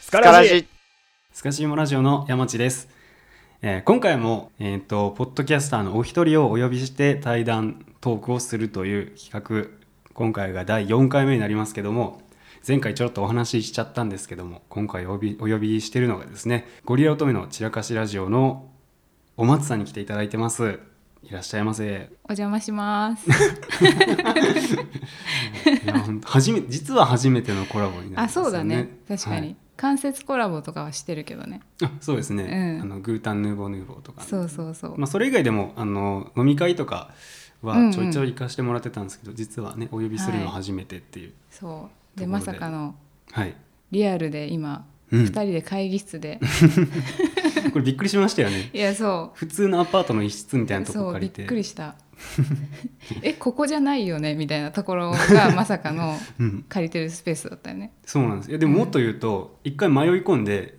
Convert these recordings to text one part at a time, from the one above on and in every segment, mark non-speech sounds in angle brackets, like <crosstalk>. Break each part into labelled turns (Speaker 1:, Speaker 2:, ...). Speaker 1: スカラジ
Speaker 2: スカシーモラジオの山地です、えー今回も、えー、とポッドキャスターのお一人をお呼びして対談トークをするという企画今回が第4回目になりますけども前回ちょろっとお話ししちゃったんですけども今回お呼びお呼びしてるのがですねゴリラ乙女の散らかしラジオのお松さんに来ていただいてますいらっしゃいませ
Speaker 3: お邪魔しま
Speaker 2: <laughs>
Speaker 3: す。
Speaker 2: いやほんと <laughs> 初め実は初めてのコラボになり
Speaker 3: あ、
Speaker 2: ますよね
Speaker 3: そうだね。確かに、
Speaker 2: はい
Speaker 3: 間接コラボとかはしてるけどね。
Speaker 2: あそうですね、
Speaker 3: うん
Speaker 2: あのグータンヌーボーヌーボーとか
Speaker 3: そうそうそう。
Speaker 2: まあ、それ以外でもあの飲み会とか
Speaker 3: うんう
Speaker 2: は
Speaker 3: ん
Speaker 2: ちょいちょい行かしてもらってたんですけど、実はねお呼びするの初めてっていう
Speaker 3: そ
Speaker 2: と
Speaker 3: う。
Speaker 2: ころで
Speaker 3: で、まさかの
Speaker 2: はい、
Speaker 3: リアルで今、
Speaker 2: う
Speaker 3: 二、
Speaker 2: ん
Speaker 3: 人で会議
Speaker 2: <laughs>
Speaker 3: 室で。
Speaker 2: これびっくりしましたよね <laughs>
Speaker 3: いや、そ
Speaker 2: 普通のアパートの一室みたいな
Speaker 3: う。
Speaker 2: とこ
Speaker 3: そう、
Speaker 2: 借
Speaker 3: びっ
Speaker 2: りて
Speaker 3: く
Speaker 2: <laughs>
Speaker 3: りした。え、ここじゃないよねみたいなところが、まさかの
Speaker 2: うん、
Speaker 3: 借りてるスペースだったよね。
Speaker 2: そうなんですいやでももっと言うと一回迷い込んで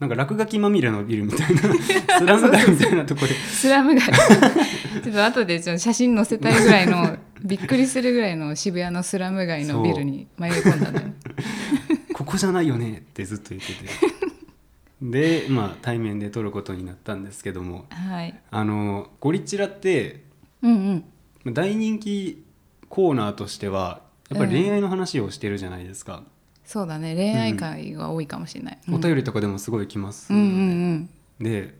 Speaker 2: なんか落書きまみれのビルみたい
Speaker 3: <laughs>
Speaker 2: なスラム街みたいなとこで
Speaker 3: スラム
Speaker 2: <laughs>
Speaker 3: 街。ちょっと後でちょっと写真載せたいぐらいの、びっくりするぐらいの渋谷のスラム街のビルに迷い込んだんだよね。
Speaker 2: ここじゃないよねってずっと言っててでまあ対面で撮ることになったんですけども
Speaker 3: はい。
Speaker 2: あのゴリチラって
Speaker 3: うんうん。
Speaker 2: まあ大人気コーナーとしてはやっぱり恋愛の話をしてるじゃないですか、
Speaker 3: そうだね恋愛会が多いかもしれない、
Speaker 2: お便りとかでもすごい来ます
Speaker 3: うん
Speaker 2: よ
Speaker 3: う
Speaker 2: ね、
Speaker 3: んうん
Speaker 2: で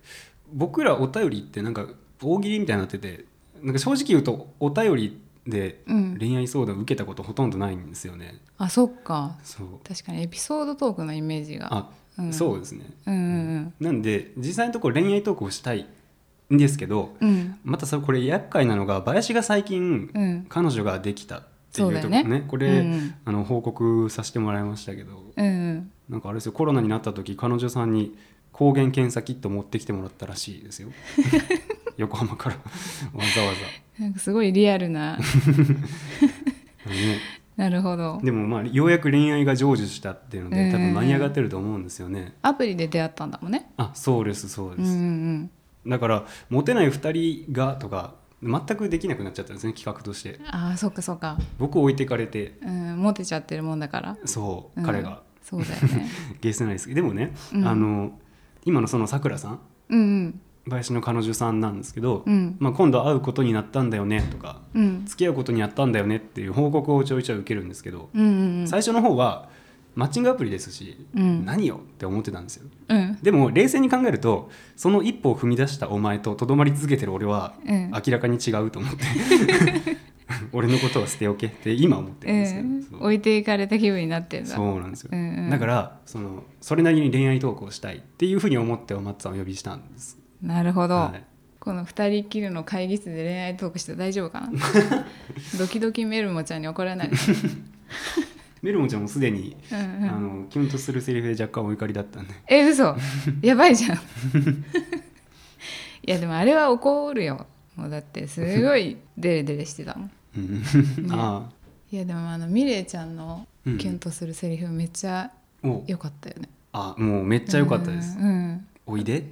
Speaker 2: 僕らお便りってなんか大喜利みたいになっててなんか正直言うとお便りで
Speaker 3: うん
Speaker 2: 恋愛相談受けたことほとんどないんですよね、
Speaker 3: あそっか
Speaker 2: そう
Speaker 3: 確かにエピソードトークのイメージが
Speaker 2: あ、
Speaker 3: うん
Speaker 2: そうですね
Speaker 3: うんうん
Speaker 2: なんで実際のところ恋愛トークをしたいんですけど
Speaker 3: うんうん
Speaker 2: またそれこれ厄介なのが林が最近
Speaker 3: うん
Speaker 2: 彼女ができたってい
Speaker 3: そう
Speaker 2: う
Speaker 3: だ
Speaker 2: とこ
Speaker 3: よ
Speaker 2: ね
Speaker 3: ね
Speaker 2: これ、
Speaker 3: うんうん
Speaker 2: あの報告させてもらいましたけど
Speaker 3: うんうん
Speaker 2: なんかあれですよコロナになった時彼女さんに抗原検査キット持ってきてもらったらしいです
Speaker 3: <laughs>
Speaker 2: よ横浜からわざわ
Speaker 3: なんかすごいリア
Speaker 2: <laughs>
Speaker 3: ルな
Speaker 2: ざ、ね、
Speaker 3: なるほど
Speaker 2: でもまあようやく恋愛が成就したっていうの
Speaker 3: うんう
Speaker 2: で
Speaker 3: んうん
Speaker 2: 多分舞い上がってると思うんですよね、
Speaker 3: アプリで出会ったんだもんね
Speaker 2: あそうですそう
Speaker 3: う
Speaker 2: で
Speaker 3: ん
Speaker 2: す、
Speaker 3: うん
Speaker 2: だからモテない2人がとか全くできなくなっちゃったんですね企画として
Speaker 3: うんあーそっかそっか、
Speaker 2: 僕置いてかれて
Speaker 3: うん、モテちゃってるもんだから、
Speaker 2: そう、
Speaker 3: うん
Speaker 2: 彼が
Speaker 3: そうだよ
Speaker 2: <laughs>
Speaker 3: ね
Speaker 2: ゲスないですけどでもね、
Speaker 3: うん
Speaker 2: あの今のそのさくらさん
Speaker 3: うん
Speaker 2: 林の彼女さんなんですけど、
Speaker 3: うんうん
Speaker 2: まあ、今度会うことになったんだよねとか
Speaker 3: うん
Speaker 2: 付き合うことになったんだよねっていう報告をちょいちょい受けるんですけど、
Speaker 3: うんうん
Speaker 2: 最初の方はマッチングアプリですし、
Speaker 3: うん
Speaker 2: 何よって思ってたんですよ
Speaker 3: うん
Speaker 2: でも冷静に考えるとその一歩を踏み出したお前ととどまり続けてる俺は
Speaker 3: うん
Speaker 2: 明らかに違うと思って
Speaker 3: <laughs>
Speaker 2: 俺のことは捨ておけって今思ってるんですけ
Speaker 3: う
Speaker 2: ど、
Speaker 3: ん
Speaker 2: そう
Speaker 3: 置いていかれた気分になってんだ
Speaker 2: そうなんですよ、
Speaker 3: うんうん
Speaker 2: だからそのそれなりに恋愛トークをしたいっていうふうに思ってお松さんをお呼びしたんです
Speaker 3: なるほど、
Speaker 2: はい
Speaker 3: この二人きりの会議室で恋愛トークして大丈
Speaker 2: <laughs>
Speaker 3: 夫かなドキドキメルモちゃんに怒られない
Speaker 2: メルモちゃんもすでに、
Speaker 3: うんう
Speaker 2: あ
Speaker 3: ん
Speaker 2: のキュンとするセリフで若干お怒りだったんで
Speaker 3: え嘘やばいじゃんいやでもあれは怒るよもうだってすごいデレデレしてたもん
Speaker 2: うん <laughs> あ
Speaker 3: いやでもあのミレイちゃんの
Speaker 2: う
Speaker 3: キ
Speaker 2: ん
Speaker 3: ュンとするセリフめっちゃ
Speaker 2: あお
Speaker 3: 良かったよね、
Speaker 2: あもうめっちゃ良かったです
Speaker 3: うん、うん
Speaker 2: おいで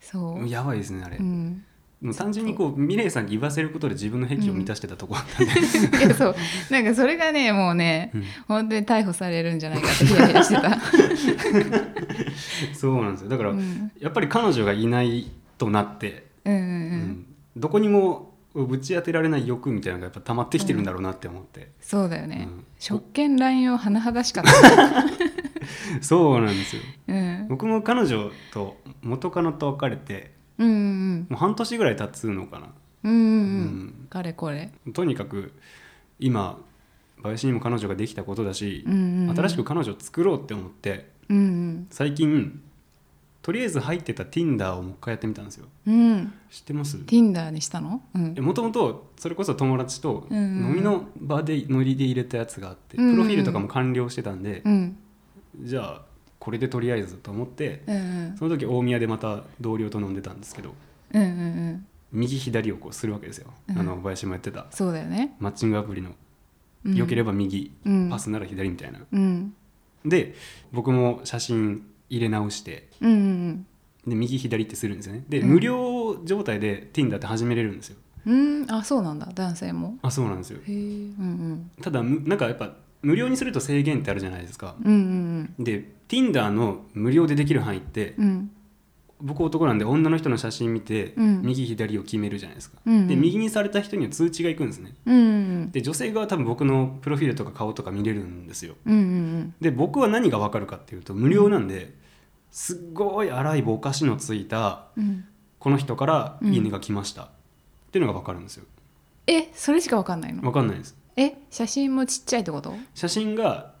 Speaker 3: そう、
Speaker 2: やばいですねあれ、
Speaker 3: うん、
Speaker 2: もう単純にこうミレイさんに言わせることで自分の癖を満たしてたとこだったんで、
Speaker 3: いやそうなんかそれがねもうね、
Speaker 2: うん
Speaker 3: 本当に逮捕されるんじゃないかってヒヤヒヤしてた、
Speaker 2: そうなんです <laughs> よだから、
Speaker 3: うん、
Speaker 2: やっぱり彼女がいないとなって、
Speaker 3: うんうんう
Speaker 2: うんんどこにもぶち当てられない欲みたいなのがやっぱ溜まってきてるんだろうなって思って、
Speaker 3: そうだよね、
Speaker 2: うん
Speaker 3: 職権乱用甚だ
Speaker 2: <laughs>
Speaker 3: しかった、
Speaker 2: そうなんですよ
Speaker 3: うん、
Speaker 2: 僕も彼女と元カノと別れて
Speaker 3: うんうん
Speaker 2: もう半年ぐらい経つのかな、
Speaker 3: うんうんうんう
Speaker 2: うん
Speaker 3: んかれこれ、
Speaker 2: とにかく今林にも彼女ができたことだし
Speaker 3: う、んうんうん、
Speaker 2: 新しく彼女を作ろうって思って
Speaker 3: うん
Speaker 2: 最近とりあえず入ってた Tinder をもう一回やってみたんですよ
Speaker 3: うんうん
Speaker 2: 知ってます
Speaker 3: Tinder にしたのうん
Speaker 2: もともとそれこそ友達と
Speaker 3: うんうんうん
Speaker 2: 飲みの場でノリで入れたやつがあって
Speaker 3: うんうんう
Speaker 2: プ
Speaker 3: ん
Speaker 2: ロフィールとかも完了してたんで
Speaker 3: うん
Speaker 2: じゃあこれでとりあえずと思って
Speaker 3: うんうん
Speaker 2: その時大宮でまた同僚と飲んでたんですけど
Speaker 3: うんうんうん
Speaker 2: 右左をこうするわけですよあ
Speaker 3: うん
Speaker 2: の小林もやってた
Speaker 3: そうだよね
Speaker 2: マッチングアプリの
Speaker 3: うん
Speaker 2: 良ければ右
Speaker 3: うん
Speaker 2: パスなら左みたいな
Speaker 3: うん
Speaker 2: で僕も写真入れ直して
Speaker 3: うんうん
Speaker 2: で右左ってするんですよねで
Speaker 3: うん
Speaker 2: 無料状態で Tinder って始めれるんですよ
Speaker 3: うんうんあそうなんだ男性も
Speaker 2: あそうなんですよ
Speaker 3: へえうん
Speaker 2: ただむなんかやっぱ無料にすると制限ってあるじゃないですか、
Speaker 3: うんうん
Speaker 2: で Tinder の無料でできる範囲って、
Speaker 3: うんうん
Speaker 2: 僕男なんで女の人の写真見て、
Speaker 3: うん
Speaker 2: 右左を決めるじゃないですか、
Speaker 3: うんうん
Speaker 2: で右にされた人には通知がいくんですね
Speaker 3: うんうん
Speaker 2: で女性側は多分僕のプロフィールとか顔とか見れるんですよ
Speaker 3: うんうん
Speaker 2: で僕は何が分かるかっていうと無料なんで、すっごい荒いぼかしのついた
Speaker 3: うん
Speaker 2: この人から「
Speaker 3: うん
Speaker 2: いいね」が来ました、っていうのが分かるんですよ
Speaker 3: えそれしかわかんないの
Speaker 2: 分かんないです
Speaker 3: え写真もちっちゃいってこと
Speaker 2: 写真が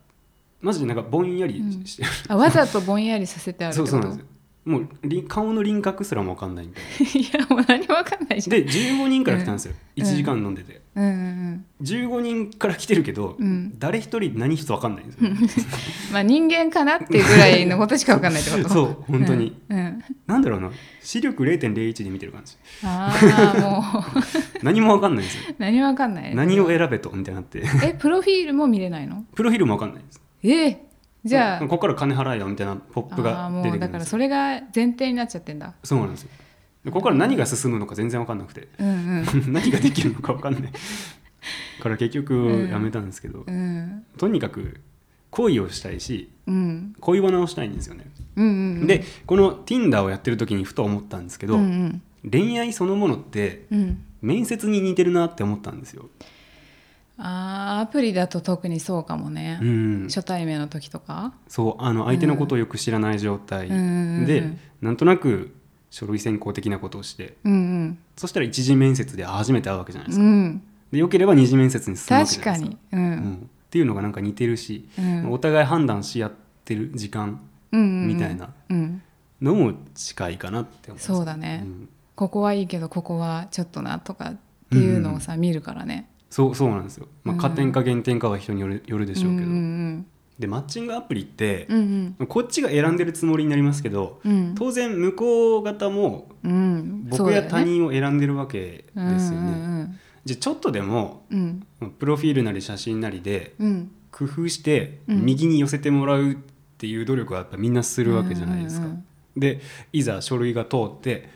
Speaker 2: マジでなんかぼんやり
Speaker 3: うん
Speaker 2: してる、
Speaker 3: あわざとぼんやりさせてあるっ
Speaker 2: <laughs>
Speaker 3: て
Speaker 2: そ
Speaker 3: こ
Speaker 2: うそ
Speaker 3: と
Speaker 2: うなんですよもうり顔の輪郭すらも分かんないみ
Speaker 3: <laughs>
Speaker 2: たいな
Speaker 3: いやもう何もわかんないじゃん
Speaker 2: で15人から来たんですよ、
Speaker 3: うん
Speaker 2: 1時間飲んでて
Speaker 3: うんうん
Speaker 2: 15人から来てるけど、
Speaker 3: うん
Speaker 2: 誰一人何一つ分かんないんですよ、
Speaker 3: うんまあ人間かなっていうぐらいのことしかわかんないってこと
Speaker 2: そう本当に、
Speaker 3: うん、うん
Speaker 2: なんだろうな視力0.01で見てる感じ
Speaker 3: あ
Speaker 2: <laughs>
Speaker 3: あもう
Speaker 2: 何も分かんないんですよ
Speaker 3: 何もわかんない
Speaker 2: 何を選べとみたいになって <laughs>
Speaker 3: えプロフィールも見れないの
Speaker 2: プロフィールも分かんないです
Speaker 3: えーじゃあ
Speaker 2: ここから金払えよみたいなポップが
Speaker 3: あー
Speaker 2: 出
Speaker 3: も
Speaker 2: て
Speaker 3: う
Speaker 2: くる
Speaker 3: だ
Speaker 2: んで
Speaker 3: から
Speaker 2: すよ
Speaker 3: それが前提になっちゃってんだ
Speaker 2: そうなんですよでここから何が進むのか全然分かんなくて
Speaker 3: うん
Speaker 2: <laughs> 何ができるのか分かんないから結
Speaker 3: う
Speaker 2: 局
Speaker 3: ん
Speaker 2: やめたんですけど、
Speaker 3: うんうん
Speaker 2: とにかく恋をしたいし
Speaker 3: うん
Speaker 2: 恋バナをしたいんですよね、
Speaker 3: うんうん
Speaker 2: でこの Tinder をやってる時にふと思ったんですけ
Speaker 3: う
Speaker 2: ど、
Speaker 3: んうん
Speaker 2: 恋愛そのものって
Speaker 3: うん
Speaker 2: 面接に似てるなって思ったんですよ。
Speaker 3: あーアプリだと特にそうかもね、
Speaker 2: うん、
Speaker 3: 初対面の時とか
Speaker 2: そうあの相手のことをよく知らない状態
Speaker 3: うん
Speaker 2: でなんとなく書類選考的なことをして
Speaker 3: うん
Speaker 2: そしたら一次面接で初めて会うわけじゃないで
Speaker 3: うん
Speaker 2: す
Speaker 3: う
Speaker 2: か。
Speaker 3: ん
Speaker 2: でよければ二次面接に進むわけじ
Speaker 3: 確
Speaker 2: ゃな
Speaker 3: か
Speaker 2: いですか。
Speaker 3: にう
Speaker 2: うん
Speaker 3: ん
Speaker 2: っていうのがなんか似てるし、
Speaker 3: うん
Speaker 2: お互い判断し合ってる時間
Speaker 3: うん
Speaker 2: みたいな
Speaker 3: うん
Speaker 2: のも近いかなって思います
Speaker 3: そうだね
Speaker 2: ん
Speaker 3: ここはいいけどここはちょっとなとかっていうのをさ見るからね
Speaker 2: そうそうなんですよ、まあ、
Speaker 3: うん
Speaker 2: 加点か減点かは人によるよるでしょうけど、
Speaker 3: うんうん
Speaker 2: でマッチングアプリって
Speaker 3: う、ん
Speaker 2: こっちが選んでるつもりになりますけど、
Speaker 3: うん
Speaker 2: 当然向こう方も
Speaker 3: うんうん
Speaker 2: 僕や他人を選んでるわけ
Speaker 3: そうだよね
Speaker 2: ですよね。
Speaker 3: うん
Speaker 2: じゃあちょっとでも
Speaker 3: うんうん
Speaker 2: プロフィールなり写真なりで
Speaker 3: うんうん
Speaker 2: 工夫して
Speaker 3: うん
Speaker 2: 右に寄せてもらうっていう努力はやっぱみんなするわけじゃないですか。
Speaker 3: うんうん
Speaker 2: でいざ書類が通って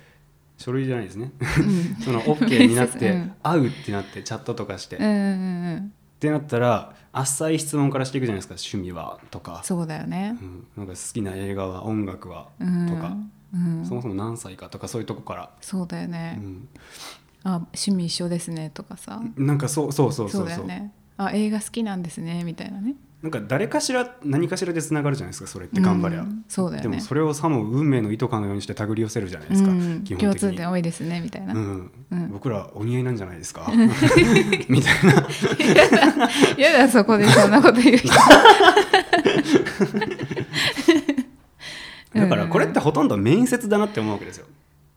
Speaker 2: 書類じゃないですね
Speaker 3: <laughs> うん
Speaker 2: その OK になっ
Speaker 3: う
Speaker 2: て
Speaker 3: ん
Speaker 2: 会うってなってチャットとかして、
Speaker 3: うんう
Speaker 2: っ
Speaker 3: んうん
Speaker 2: てなったら浅い質問からしていくじゃないですか趣味はとか,、
Speaker 3: そうだよね
Speaker 2: うん、なんか好きな映画は音楽はと
Speaker 3: うん
Speaker 2: か、
Speaker 3: うん
Speaker 2: そもそも何歳かとかそういうとこから、
Speaker 3: そうだよ
Speaker 2: う
Speaker 3: ね
Speaker 2: ん、
Speaker 3: あ趣味一緒ですねとかさ
Speaker 2: なんかそうそうそう
Speaker 3: そ
Speaker 2: そうう
Speaker 3: だ
Speaker 2: そ
Speaker 3: よ
Speaker 2: う、
Speaker 3: ねあ映画好きなんですねみたいなね
Speaker 2: なんか誰かしら何かしらでつながるじゃないですかそれって頑張りゃ、
Speaker 3: うんそうだよ
Speaker 2: で
Speaker 3: ね
Speaker 2: もそれをさも運命の糸かのようにして手繰り寄せるじゃないですか、
Speaker 3: うん
Speaker 2: 基
Speaker 3: 共
Speaker 2: 本的
Speaker 3: 通
Speaker 2: に
Speaker 3: 点多いですねみたいな、
Speaker 2: うん
Speaker 3: うん
Speaker 2: 僕らお似合いなんじゃない
Speaker 3: <laughs>
Speaker 2: ですかみたいな
Speaker 3: やだそこでそんなこと言う人
Speaker 2: だからこれってほとんど面接だなって思うわけですよ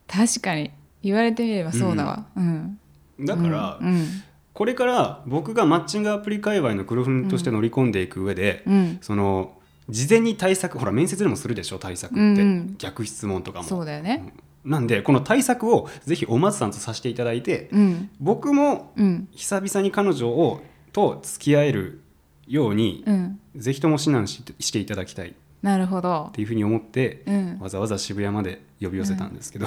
Speaker 3: 確かに言われてみればそうだわ、うん
Speaker 2: だから、
Speaker 3: うん
Speaker 2: これから僕がマッチングアプリ界隈の黒船として乗り込んでいく上で、
Speaker 3: うん
Speaker 2: その事前に対策ほら面接でもするでしょ対策って、
Speaker 3: うんうん
Speaker 2: 逆質問とかも
Speaker 3: そうだよね
Speaker 2: なんでこの対策をぜひお松さんとさせていただいて、
Speaker 3: うん
Speaker 2: 僕も
Speaker 3: うん
Speaker 2: 久々に彼女をと付き合えるように、
Speaker 3: うん
Speaker 2: ぜひとも指南ししていただきたいっ
Speaker 3: なるほど
Speaker 2: ていうふうに思って、
Speaker 3: うん
Speaker 2: わざわざ渋谷まで呼び寄せたんです <laughs> けど、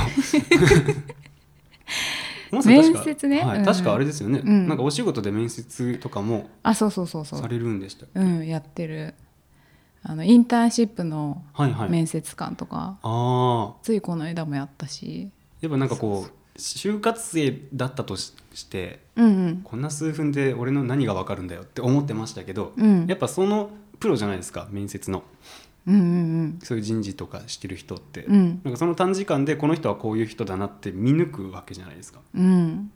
Speaker 2: お松さん確か
Speaker 3: 面接ね
Speaker 2: はい
Speaker 3: うん
Speaker 2: 確かあれですよね、
Speaker 3: うん
Speaker 2: なんかお仕事で面接とかも
Speaker 3: あそうそうそうそ
Speaker 2: さ
Speaker 3: う
Speaker 2: れるんでした
Speaker 3: うんやってるあのインターンシップの
Speaker 2: はいはい、
Speaker 3: 面接官とか、
Speaker 2: ああ
Speaker 3: ついこの間もやったし
Speaker 2: やっぱなんかこう就活生だったとしして
Speaker 3: うん
Speaker 2: こんな数分で俺の何が分かるんだよって思ってましたけど、
Speaker 3: うんうん
Speaker 2: やっぱそのプロじゃないですか面接の
Speaker 3: うんうん
Speaker 2: そういう人事とかしてる人って、
Speaker 3: うんうん
Speaker 2: なんかその短時間でこの人はこういう人だなって見抜くわけじゃないですか
Speaker 3: うん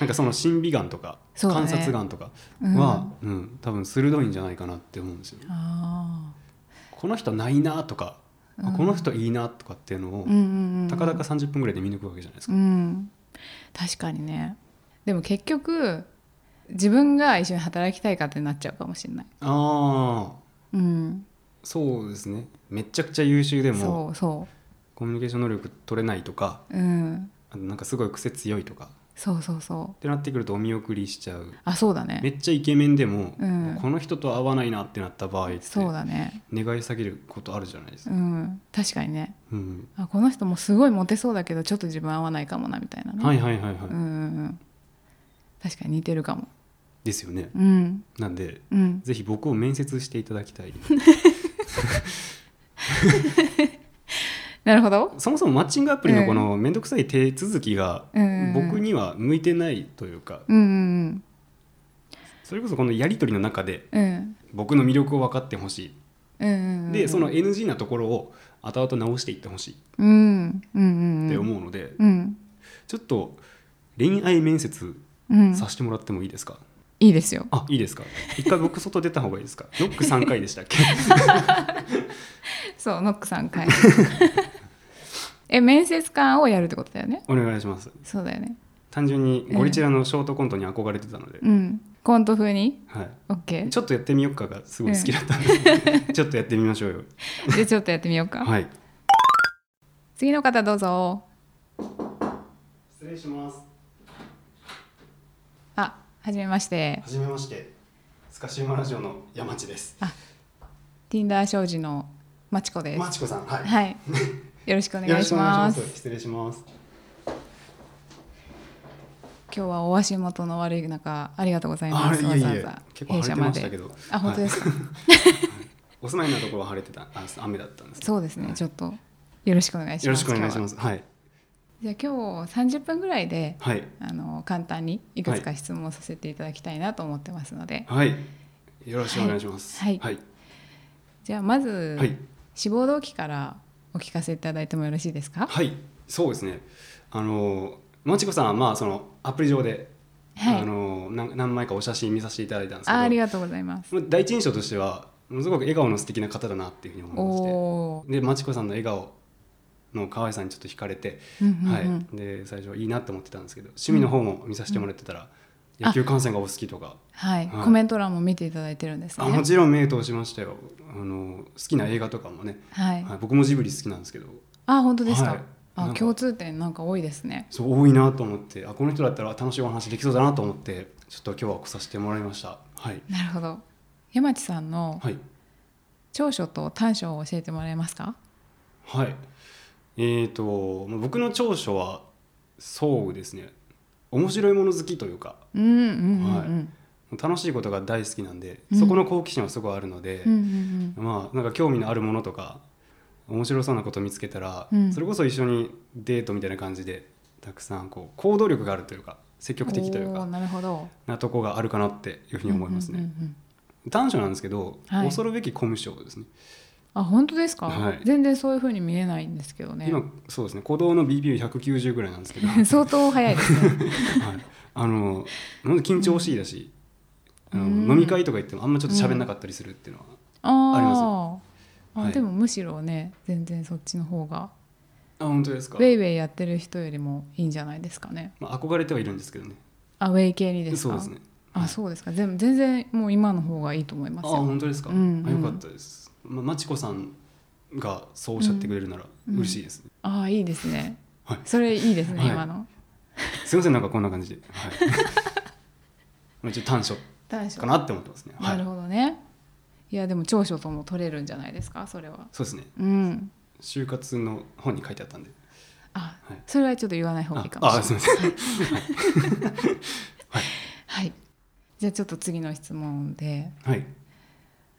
Speaker 2: なんかその審美眼とか、
Speaker 3: そうだね
Speaker 2: 観察眼とか
Speaker 3: うん
Speaker 2: は、うん多分鋭いんじゃないかなって思うんですよね
Speaker 3: あ
Speaker 2: この人ないなとか、あ
Speaker 3: うん
Speaker 2: この人いいなとかっていうのを、
Speaker 3: ーうんうんうん
Speaker 2: たかだか30分ぐらいで見抜くわけじゃないです
Speaker 3: う
Speaker 2: か、
Speaker 3: ん確かにねでも結局自分が一緒に働きたいかってなっちゃうかもしれない、
Speaker 2: ああ
Speaker 3: うん、
Speaker 2: そうですねめちゃくちゃ優秀でも
Speaker 3: そうそ
Speaker 2: コミュニケーション能力取れないとか
Speaker 3: う、うん、
Speaker 2: あとなんかすごい癖強いとか
Speaker 3: そうそうそう
Speaker 2: ってなってくるとお見送りしちゃう
Speaker 3: あそうだ
Speaker 2: め
Speaker 3: ね
Speaker 2: っちゃイケメンでも、
Speaker 3: うん
Speaker 2: この人と合わないなってなった場合って
Speaker 3: そうだね
Speaker 2: 願い下げることあるじゃないです
Speaker 3: う
Speaker 2: か、
Speaker 3: ん確かにね
Speaker 2: うん
Speaker 3: あこの人もすごいモテそうだけどちょっと自分合わないかもなみたいなね、
Speaker 2: はいはいはいはい、
Speaker 3: うんうんうん確かに似てるかも
Speaker 2: ですよね
Speaker 3: うん
Speaker 2: なんで
Speaker 3: うん
Speaker 2: ぜひ僕を面接していただきたい
Speaker 3: なるほど
Speaker 2: そもそもマッチングアプリのこの面倒くさい手続きが
Speaker 3: うん
Speaker 2: 僕には向いてないというか
Speaker 3: うんうん
Speaker 2: それこそこのやり取りの中で
Speaker 3: うんうん
Speaker 2: 僕の魅力を分かってほし
Speaker 3: うんうんう
Speaker 2: い
Speaker 3: ん
Speaker 2: でその NG なところを後々直していってほしい
Speaker 3: うんうんうん
Speaker 2: って思
Speaker 3: う
Speaker 2: うので
Speaker 3: うん
Speaker 2: ちょっと恋愛面接
Speaker 3: うん
Speaker 2: させてもらってもいいですか
Speaker 3: いいですよ
Speaker 2: あいいですか一回僕外出た方がいいですかノック3回でしたっ
Speaker 3: <laughs>
Speaker 2: け
Speaker 3: そうノックさ
Speaker 2: <laughs>
Speaker 3: ん回え面接官をやるってことだよね
Speaker 2: お願いします
Speaker 3: そうだよね
Speaker 2: 単純にゴリチラのショートコントに憧れてたので、
Speaker 3: うんコント風に
Speaker 2: はい
Speaker 3: OK
Speaker 2: ちょっとやってみようかがすごい好きだったんです、 <laughs> ちょっとやってみましょうよ
Speaker 3: でちょっとやってみようか、
Speaker 2: はい
Speaker 3: 次の方どうぞ
Speaker 2: 失礼します
Speaker 3: あはじめまして
Speaker 2: はじめましてスカシウマラジオの山地です
Speaker 3: Tinder 商事のまちこです、
Speaker 2: まちこさんはい、
Speaker 3: はいよろしくお
Speaker 2: よ
Speaker 3: 願
Speaker 2: ろ
Speaker 3: い
Speaker 2: し
Speaker 3: し
Speaker 2: くお願
Speaker 3: ま
Speaker 2: いし
Speaker 3: す
Speaker 2: ます失礼します
Speaker 3: 今日はお足元の悪い中ありがとうござい
Speaker 2: あ
Speaker 3: ま
Speaker 2: れい
Speaker 3: す
Speaker 2: えいえ
Speaker 3: わざわざ
Speaker 2: 結構晴れてましたけど
Speaker 3: あ本当ですか、
Speaker 2: お住まいのところは晴れてたあ雨だったんです
Speaker 3: そうですねちょっとよろしくお願いします
Speaker 2: よろしくお願いし
Speaker 3: 今
Speaker 2: ま
Speaker 3: 日は
Speaker 2: すはい
Speaker 3: じゃあ今日30分ぐらいで
Speaker 2: はい
Speaker 3: あの簡単にいくつか質問をさせていただきたいなと思ってますので、
Speaker 2: はいよろしくお願いします
Speaker 3: はい
Speaker 2: はい
Speaker 3: じゃあまず、
Speaker 2: はい
Speaker 3: 志望動機からお聞かせいただいてもよろしいですか
Speaker 2: はい、そうですね。あのまちこさんはまあそのアプリ上で、
Speaker 3: はい
Speaker 2: あの何何枚かお写真見させていただいたんですけ
Speaker 3: あ
Speaker 2: ど、
Speaker 3: ありがとうございます
Speaker 2: まあ第一印象としてはものすごく笑顔の素敵な方だなっていうふうに思
Speaker 3: お
Speaker 2: いま
Speaker 3: お
Speaker 2: して、でまちこさんの笑顔の可愛さにちょっと惹かれて、
Speaker 3: ー、うんうんうん
Speaker 2: はい、で最初はいいなと思ってたんですけど、趣味の方も見させてもらってたら、野球観戦がお好きとか、
Speaker 3: はい、
Speaker 2: はい
Speaker 3: コメント欄も見ていただいてるんですね
Speaker 2: あもちろん目通しましたよ。あの好きな映画とかもね、
Speaker 3: はい、
Speaker 2: はい、僕もジブリ好きなんですけど、
Speaker 3: あ本当ですか、
Speaker 2: はいな
Speaker 3: あ
Speaker 2: んか
Speaker 3: 共通点なんか多いですね
Speaker 2: そう多いなと思ってあこの人だったら楽しいお話できそうだなと思ってちょっと今日は来させてもらいましたはい
Speaker 3: なるほど山地さんの
Speaker 2: はい
Speaker 3: 長所と短所を教えてもらえますか
Speaker 2: はいえー、とまあ僕の長所はそうですね面白いもの好きというか
Speaker 3: うんうんうん
Speaker 2: 楽しいことが大好きなんで
Speaker 3: うん
Speaker 2: そこの好奇心はすごいあるので
Speaker 3: うんう、んうん
Speaker 2: まあなんか興味のあるものとか面白そうなこと見つけたら、
Speaker 3: うん
Speaker 2: それこそ一緒にデートみたいな感じでたくさんこう行動力があるというか積極的という
Speaker 3: おー
Speaker 2: か
Speaker 3: なるほど
Speaker 2: なとこがあるかなっていうふうに思いますね。
Speaker 3: うんうんうんうん
Speaker 2: 短所なんですけど、
Speaker 3: はい
Speaker 2: 恐るべきコミュ障ですね
Speaker 3: あ本当ですか、
Speaker 2: はい
Speaker 3: 全然そういう風に見えないんですけどね
Speaker 2: 今そうですね鼓動の BPU190 ぐらいなんですけど、はい
Speaker 3: <laughs> 相当早いです
Speaker 2: <laughs>
Speaker 3: ね
Speaker 2: あのなんで緊張しいだし、
Speaker 3: うん
Speaker 2: あ
Speaker 3: うん
Speaker 2: の飲み会とか行ってもあんまちょっと喋んなかったりするっていうのは、
Speaker 3: あ
Speaker 2: あります
Speaker 3: あ、
Speaker 2: はい
Speaker 3: でもむしろね全然そっちの方が
Speaker 2: あ本当です
Speaker 3: ウ
Speaker 2: か、
Speaker 3: ェイウェイやってる人よりもいいんじゃないですかね
Speaker 2: まあ、憧れてはいるんですけどね
Speaker 3: あウェイ系にですか
Speaker 2: そうですね
Speaker 3: あそうですか全全然もう今の方がいいと思い
Speaker 2: あ
Speaker 3: ますよ
Speaker 2: 本当ですか、
Speaker 3: うんうん
Speaker 2: あよかったです、まあ、まちこさんがそうおっしゃってくれるなら
Speaker 3: うん
Speaker 2: 嬉しいです、ね
Speaker 3: ああいいですね、
Speaker 2: はい
Speaker 3: それいいですね、
Speaker 2: はい
Speaker 3: 今の
Speaker 2: すいませんなんかこんな感じで、はい、 <laughs> まあちょっと短所
Speaker 3: 短所
Speaker 2: かなって思ってますね、は
Speaker 3: ないる、ほどねいやでも長所とも取れるんじゃないですかそれは
Speaker 2: そうですね
Speaker 3: うん
Speaker 2: 就活の本に書いてあったんで
Speaker 3: あ、
Speaker 2: はい
Speaker 3: それはちょっと言わない方がいいかもし
Speaker 2: ああ
Speaker 3: れない
Speaker 2: すいません
Speaker 3: はいじゃあちょっと次の質問で
Speaker 2: はい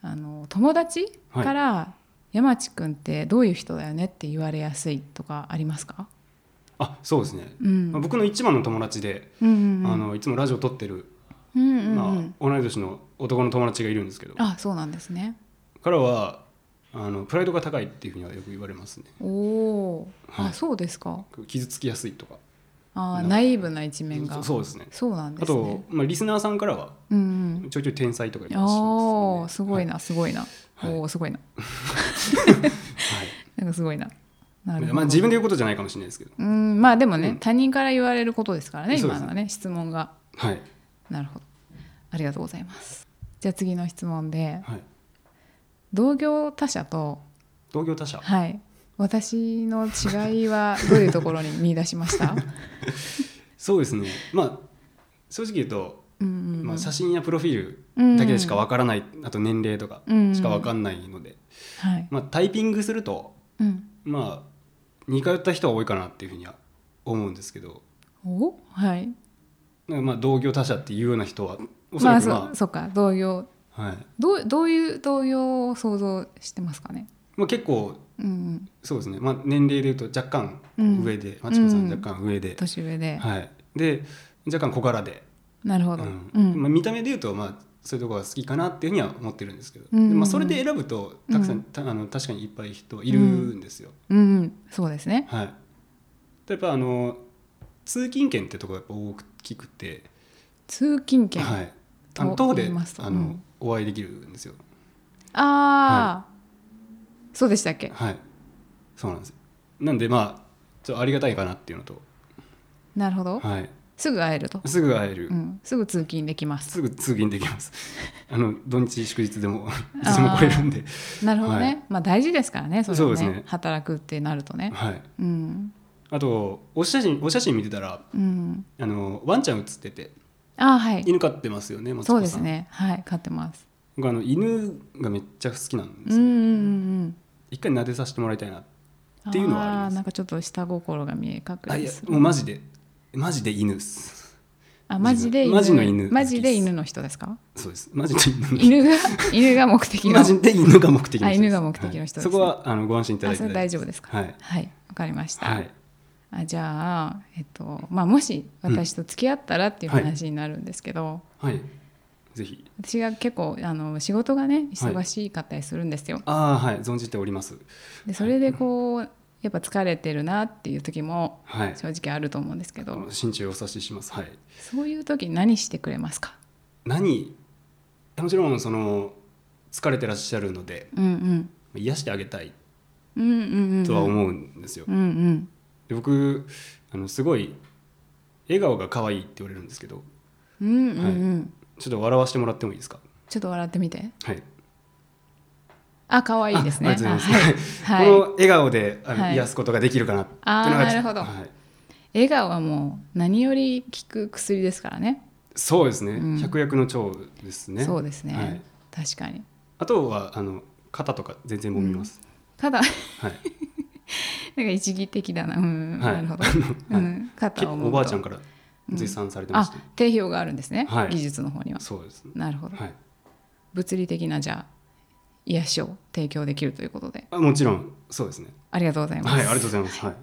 Speaker 3: あの友達
Speaker 2: はい
Speaker 3: から、山地君ってどういう人だよねって言われやすいとかありますか？
Speaker 2: あそうですね、
Speaker 3: うん、
Speaker 2: まあ僕の一番の友達で、
Speaker 3: うんうんうん、
Speaker 2: あのいつもラジオ撮ってる、
Speaker 3: うんうんうん、
Speaker 2: まあ同い年の男の友達がいるんですけど
Speaker 3: あ、そうなんですね。
Speaker 2: からはあのプライドが高いっていうふうにはよく言われますね
Speaker 3: おお、
Speaker 2: は
Speaker 3: あ、
Speaker 2: い
Speaker 3: そうですか。
Speaker 2: 傷つきやすいとか
Speaker 3: あ
Speaker 2: な
Speaker 3: ー、ナイーブな一面が。
Speaker 2: そうですね
Speaker 3: そうなんです
Speaker 2: あ
Speaker 3: ね。
Speaker 2: と、まあ、リスナーさんからは
Speaker 3: うん
Speaker 2: ちょいちょい天才とか
Speaker 3: うん。
Speaker 2: 言われたりします
Speaker 3: お
Speaker 2: ね
Speaker 3: お、すごい
Speaker 2: は
Speaker 3: な、すごいな。
Speaker 2: はい
Speaker 3: おお、すごいな。
Speaker 2: はい
Speaker 3: なんかすごいな。なるほど。
Speaker 2: まあ、自分で言うことじゃないかもしれないですけど
Speaker 3: うん、まあでもね、
Speaker 2: うん
Speaker 3: 他人から言われることですからね、
Speaker 2: そうで
Speaker 3: 今
Speaker 2: すね
Speaker 3: のはね、質問が。
Speaker 2: はい、
Speaker 3: なるほど。ありがとうございます。じゃあ次の質問で、
Speaker 2: はい、
Speaker 3: 同業他社と、
Speaker 2: 同業他社
Speaker 3: はい、私の違いはどういうところに見出しま
Speaker 2: <laughs>
Speaker 3: した？
Speaker 2: そうですねまあ正直言うと、
Speaker 3: うんうんうん
Speaker 2: まあ、写真やプロフィー
Speaker 3: うん
Speaker 2: ルだけでしかわからない、あと年齢とかしかわかんないので、
Speaker 3: はい。
Speaker 2: まあ、タイピングすると
Speaker 3: うん。
Speaker 2: まあ似通った人は多いかなっていうふうには思うんですけど
Speaker 3: おはい。
Speaker 2: まあ同業他社っていうような人はおそ
Speaker 3: ま
Speaker 2: ら
Speaker 3: あ
Speaker 2: く
Speaker 3: そ
Speaker 2: ま
Speaker 3: そっか童謡
Speaker 2: あ、はい
Speaker 3: どうどういう童謡を想像してますかね
Speaker 2: まあ、結構
Speaker 3: うん
Speaker 2: そうですね、まあ、年齢でいうと若干
Speaker 3: うん
Speaker 2: 上で、マチコさ
Speaker 3: うん
Speaker 2: ん若干上で、
Speaker 3: 年上で、
Speaker 2: はい、で若干小柄で、
Speaker 3: なる
Speaker 2: う
Speaker 3: ほど、
Speaker 2: ん
Speaker 3: うん
Speaker 2: まあ、見た目でいうと、まあ、そういうところが好きかなっていうふうには思ってるんですけど、
Speaker 3: うん
Speaker 2: でまあ、それで選ぶとたくさん、
Speaker 3: うん
Speaker 2: たあの確かにいっぱい人いるんですよ。
Speaker 3: うんうんそうですね
Speaker 2: はい、やっぱあの通勤圏ってとこがやっぱ大きくて、
Speaker 3: 通勤圏、
Speaker 2: はい、あの
Speaker 3: と
Speaker 2: 徒歩
Speaker 3: 言
Speaker 2: で
Speaker 3: いますと
Speaker 2: あ
Speaker 3: う
Speaker 2: の
Speaker 3: ん
Speaker 2: お会いできるんですよ。
Speaker 3: ああ、そうでしたっけ
Speaker 2: はい、そうなんですよなんでまあちょっとありがたいかなっていうのと、
Speaker 3: なるほど、
Speaker 2: はい、
Speaker 3: すぐ会えると、
Speaker 2: すぐ会える、
Speaker 3: うん、すぐ通勤できます
Speaker 2: すぐ通勤できます。あの土日祝日でもいつでも来れるんで、
Speaker 3: <laughs> なるほどね、
Speaker 2: はい
Speaker 3: まあ大事ですからねそれはね
Speaker 2: そうですね
Speaker 3: 働くってなるとね
Speaker 2: はい。
Speaker 3: うん
Speaker 2: あとお写真お写真見てたら
Speaker 3: うん
Speaker 2: あのワンちゃん写ってて
Speaker 3: ああはい
Speaker 2: 犬飼ってますよね。松子さん
Speaker 3: そうです。ねはい飼ってます
Speaker 2: 僕あの犬がめっちゃ好きなんで
Speaker 3: うん
Speaker 2: す
Speaker 3: う
Speaker 2: よ。
Speaker 3: んうん
Speaker 2: 一回撫でさせてもらいたいな。
Speaker 3: うん
Speaker 2: っていうのはあります
Speaker 3: ーなんかちょっと下心が見え隠
Speaker 2: あい
Speaker 3: れ
Speaker 2: や
Speaker 3: する
Speaker 2: もうマジでマジで犬っす。
Speaker 3: あマジで犬
Speaker 2: マジの犬
Speaker 3: マジで犬の人ですか
Speaker 2: そうです。マジで犬の <laughs>
Speaker 3: 犬が犬が目的
Speaker 2: 人。
Speaker 3: の
Speaker 2: マジで犬が目的の人です。
Speaker 3: あ犬が目的の人
Speaker 2: はい
Speaker 3: ですね
Speaker 2: そこはあのご安心いただ
Speaker 3: あ
Speaker 2: い
Speaker 3: そ
Speaker 2: て。
Speaker 3: れ大丈夫ですか
Speaker 2: はい
Speaker 3: はいわかりました、
Speaker 2: はい
Speaker 3: あじゃあ、えっとまあ、もし私と付き合ったらっていう
Speaker 2: はい
Speaker 3: 話になるんですけど、
Speaker 2: はい。ぜひ。
Speaker 3: 私が結構あの仕事がね忙しかったりするんですよ。
Speaker 2: ああはい存じております。
Speaker 3: でそれでこうやっぱ疲れてるなっていう時も
Speaker 2: はい。
Speaker 3: 正直あると思うんですけ
Speaker 2: あ
Speaker 3: ど
Speaker 2: の心中お察しします。はい。
Speaker 3: そういう時何してくれますか
Speaker 2: 何もちろんその疲れてらっしゃるので
Speaker 3: うんうん
Speaker 2: 癒してあげたい
Speaker 3: うんうんうん
Speaker 2: とは思うんですよ。
Speaker 3: うんうん
Speaker 2: で僕あのすごい笑顔が可愛いって言われるんですけど
Speaker 3: うんうんうん
Speaker 2: ちょっと笑わせてもらってもいいですか
Speaker 3: ちょっと笑ってみて
Speaker 2: はい。
Speaker 3: あ可愛いですね
Speaker 2: あありがとうございます。
Speaker 3: あはい
Speaker 2: この
Speaker 3: はい
Speaker 2: 笑顔であの、
Speaker 3: はい
Speaker 2: 癒すことができるかなっていうの
Speaker 3: あー
Speaker 2: が
Speaker 3: なるほど
Speaker 2: はい、
Speaker 3: 笑顔はもう何より効く薬ですからね
Speaker 2: そうですね、
Speaker 3: うん
Speaker 2: 百薬の長ですね。
Speaker 3: そうですね、
Speaker 2: はい
Speaker 3: 確かに
Speaker 2: あとはあの肩とか全然揉みます。
Speaker 3: ただ
Speaker 2: はい。
Speaker 3: <laughs> なんか一義的だなうん、
Speaker 2: はい
Speaker 3: なるほど、
Speaker 2: は
Speaker 3: う
Speaker 2: い
Speaker 3: ん、肩
Speaker 2: 結
Speaker 3: を
Speaker 2: 構
Speaker 3: 揉むと
Speaker 2: おばあちゃんから絶賛されてまし
Speaker 3: あ
Speaker 2: て、
Speaker 3: 定評があるんですね、
Speaker 2: はい
Speaker 3: 技術の方には
Speaker 2: そうですね。
Speaker 3: なるほど、
Speaker 2: はい。
Speaker 3: 物理的なじゃあ癒しを提供できるということで
Speaker 2: あもちろんそうですね。
Speaker 3: ありがとうございます、
Speaker 2: はい、ありがとうございます。はい。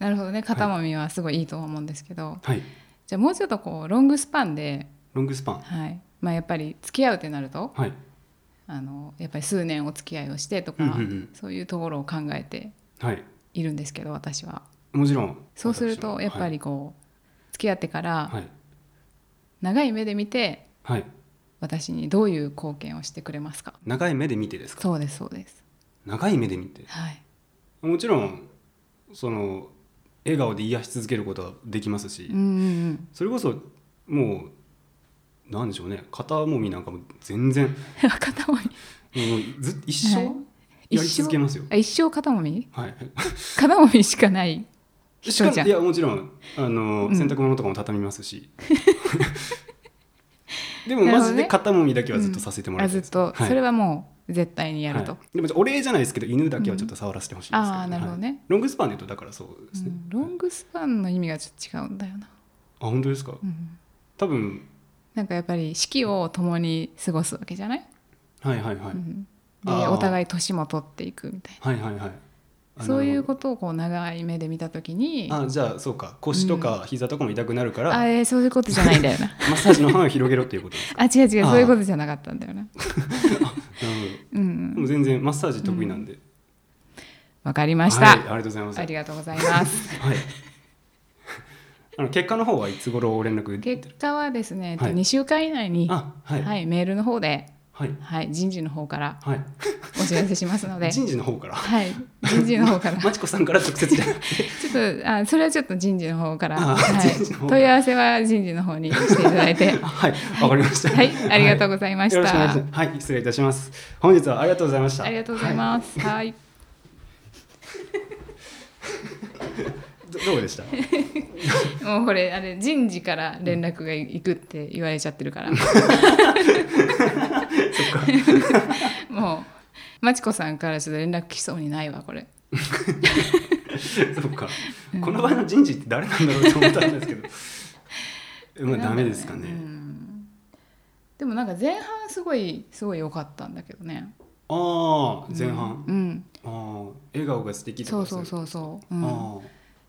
Speaker 3: なるほどね肩もみはすごいいいとは思うんですけど、
Speaker 2: はい。
Speaker 3: じゃあもうちょっとこうロングスパンで、
Speaker 2: ロングスパン。
Speaker 3: はいまあ、やっぱり付き合うってなると
Speaker 2: はい。
Speaker 3: あのやっぱり数年お付き合いをしてとか、
Speaker 2: うんうんうん
Speaker 3: そういうところを考えて
Speaker 2: はい。
Speaker 3: いるんですけど私は
Speaker 2: もちろん。
Speaker 3: そうするとやっぱりこう、付き合ってか
Speaker 2: は
Speaker 3: ら
Speaker 2: い。
Speaker 3: 長い目で見て
Speaker 2: はい。はい。
Speaker 3: 私にどういう貢献をしてくれますか
Speaker 2: 長い目で見てですか。
Speaker 3: そうですそうです
Speaker 2: 長い目で見て。
Speaker 3: はい
Speaker 2: もちろん。その。笑顔で癒し続けることはできますし。
Speaker 3: うんうんうん
Speaker 2: それこそ。もう。なんでしょうね。肩もみなんかも全然。も
Speaker 3: <laughs> 肩もみ
Speaker 2: うずっ一生。
Speaker 3: はい
Speaker 2: やり続けますよ。
Speaker 3: あ一生肩もみ
Speaker 2: はい。
Speaker 3: 肩もみしかない
Speaker 2: しか
Speaker 3: 人じゃん
Speaker 2: いやもちろんあの、
Speaker 3: うん
Speaker 2: 洗濯物とかも畳みます
Speaker 3: <laughs>
Speaker 2: しでも
Speaker 3: なるほどね
Speaker 2: マジで肩もみだけはずっとさせてもら
Speaker 3: あ
Speaker 2: いた
Speaker 3: ず
Speaker 2: い
Speaker 3: っ
Speaker 2: です、
Speaker 3: と、
Speaker 2: はい
Speaker 3: それはもう絶対にやると、
Speaker 2: はいでもお礼じゃないですけど犬だけはちょっと触らせてほしいんですけど、
Speaker 3: ああなるほどね
Speaker 2: はいロングスパンで言うとだからそうですね
Speaker 3: う、んロングスパンの意味がちょっと違うんだよな、
Speaker 2: あ本当ですか
Speaker 3: うん、
Speaker 2: 多分
Speaker 3: なんかやっぱり四季を共に過ごすわけじゃない、
Speaker 2: はいはいはい、
Speaker 3: うん、で
Speaker 2: あー
Speaker 3: お互い年も取っていくみたい
Speaker 2: はいはいはいあ
Speaker 3: なそういう
Speaker 2: なる
Speaker 3: ことをこう長い目で見た時に
Speaker 2: ほどあじゃあそうか腰とか膝とかも痛くなるか
Speaker 3: あ
Speaker 2: ら、
Speaker 3: えーそういうことじゃないんだ
Speaker 2: <laughs>
Speaker 3: よな
Speaker 2: マッサージの範囲を広げろっていう
Speaker 3: <laughs>
Speaker 2: ことです
Speaker 3: あ違う違う
Speaker 2: あー
Speaker 3: そういうことじゃなかったんだよな
Speaker 2: なるほ
Speaker 3: う
Speaker 2: どでも
Speaker 3: ん
Speaker 2: 全然マッサージ得意なんで、
Speaker 3: わかりまし
Speaker 2: は
Speaker 3: た、
Speaker 2: い、ありがとうございます
Speaker 3: ありがとうございま
Speaker 2: <laughs>
Speaker 3: す
Speaker 2: はい。あの結果の方はいつ頃連絡
Speaker 3: 結果はですね、えっと
Speaker 2: はい
Speaker 3: 2週間以内に、
Speaker 2: あはい
Speaker 3: は
Speaker 2: はい
Speaker 3: い、メールの方で、
Speaker 2: はい。
Speaker 3: はい、人事の方からお知らせしますので、
Speaker 2: <laughs> 人事の方から。
Speaker 3: はい、人事の
Speaker 2: <laughs>
Speaker 3: 方から、ちょ
Speaker 2: マチコさんから直接じゃなくて。
Speaker 3: っとあそれはちょっと人事の方から、
Speaker 2: あ人事の方
Speaker 3: はい、
Speaker 2: から、
Speaker 3: 問い合わせは人事の方にしていただいて
Speaker 2: <laughs> はい。わかりました。
Speaker 3: はい、ありがとうございまし
Speaker 2: よろ
Speaker 3: た。
Speaker 2: しくお願いします。はい、失礼いたします。本日はありがとうございました。
Speaker 3: ありがとうござい
Speaker 2: は
Speaker 3: ます。はい、
Speaker 2: い。どどうでした？
Speaker 3: もうこれあれ人事から連絡が行くって言われちゃって
Speaker 2: <laughs>
Speaker 3: るから、もう。まちこさんからちょっと連絡来そうにないわこれ
Speaker 2: そうか。この場合の人事って
Speaker 3: <laughs>
Speaker 2: 誰なんだろうと思ったんですけど。まあダメですか
Speaker 3: う
Speaker 2: ね。
Speaker 3: んでもなんか前半すごいすごい良かったんだけどね
Speaker 2: ああ前半、
Speaker 3: うん、
Speaker 2: ああ笑顔が素敵
Speaker 3: うん、
Speaker 2: と
Speaker 3: そう
Speaker 2: か
Speaker 3: そう
Speaker 2: う
Speaker 3: そうそう、う
Speaker 2: い
Speaker 3: ん、
Speaker 2: あ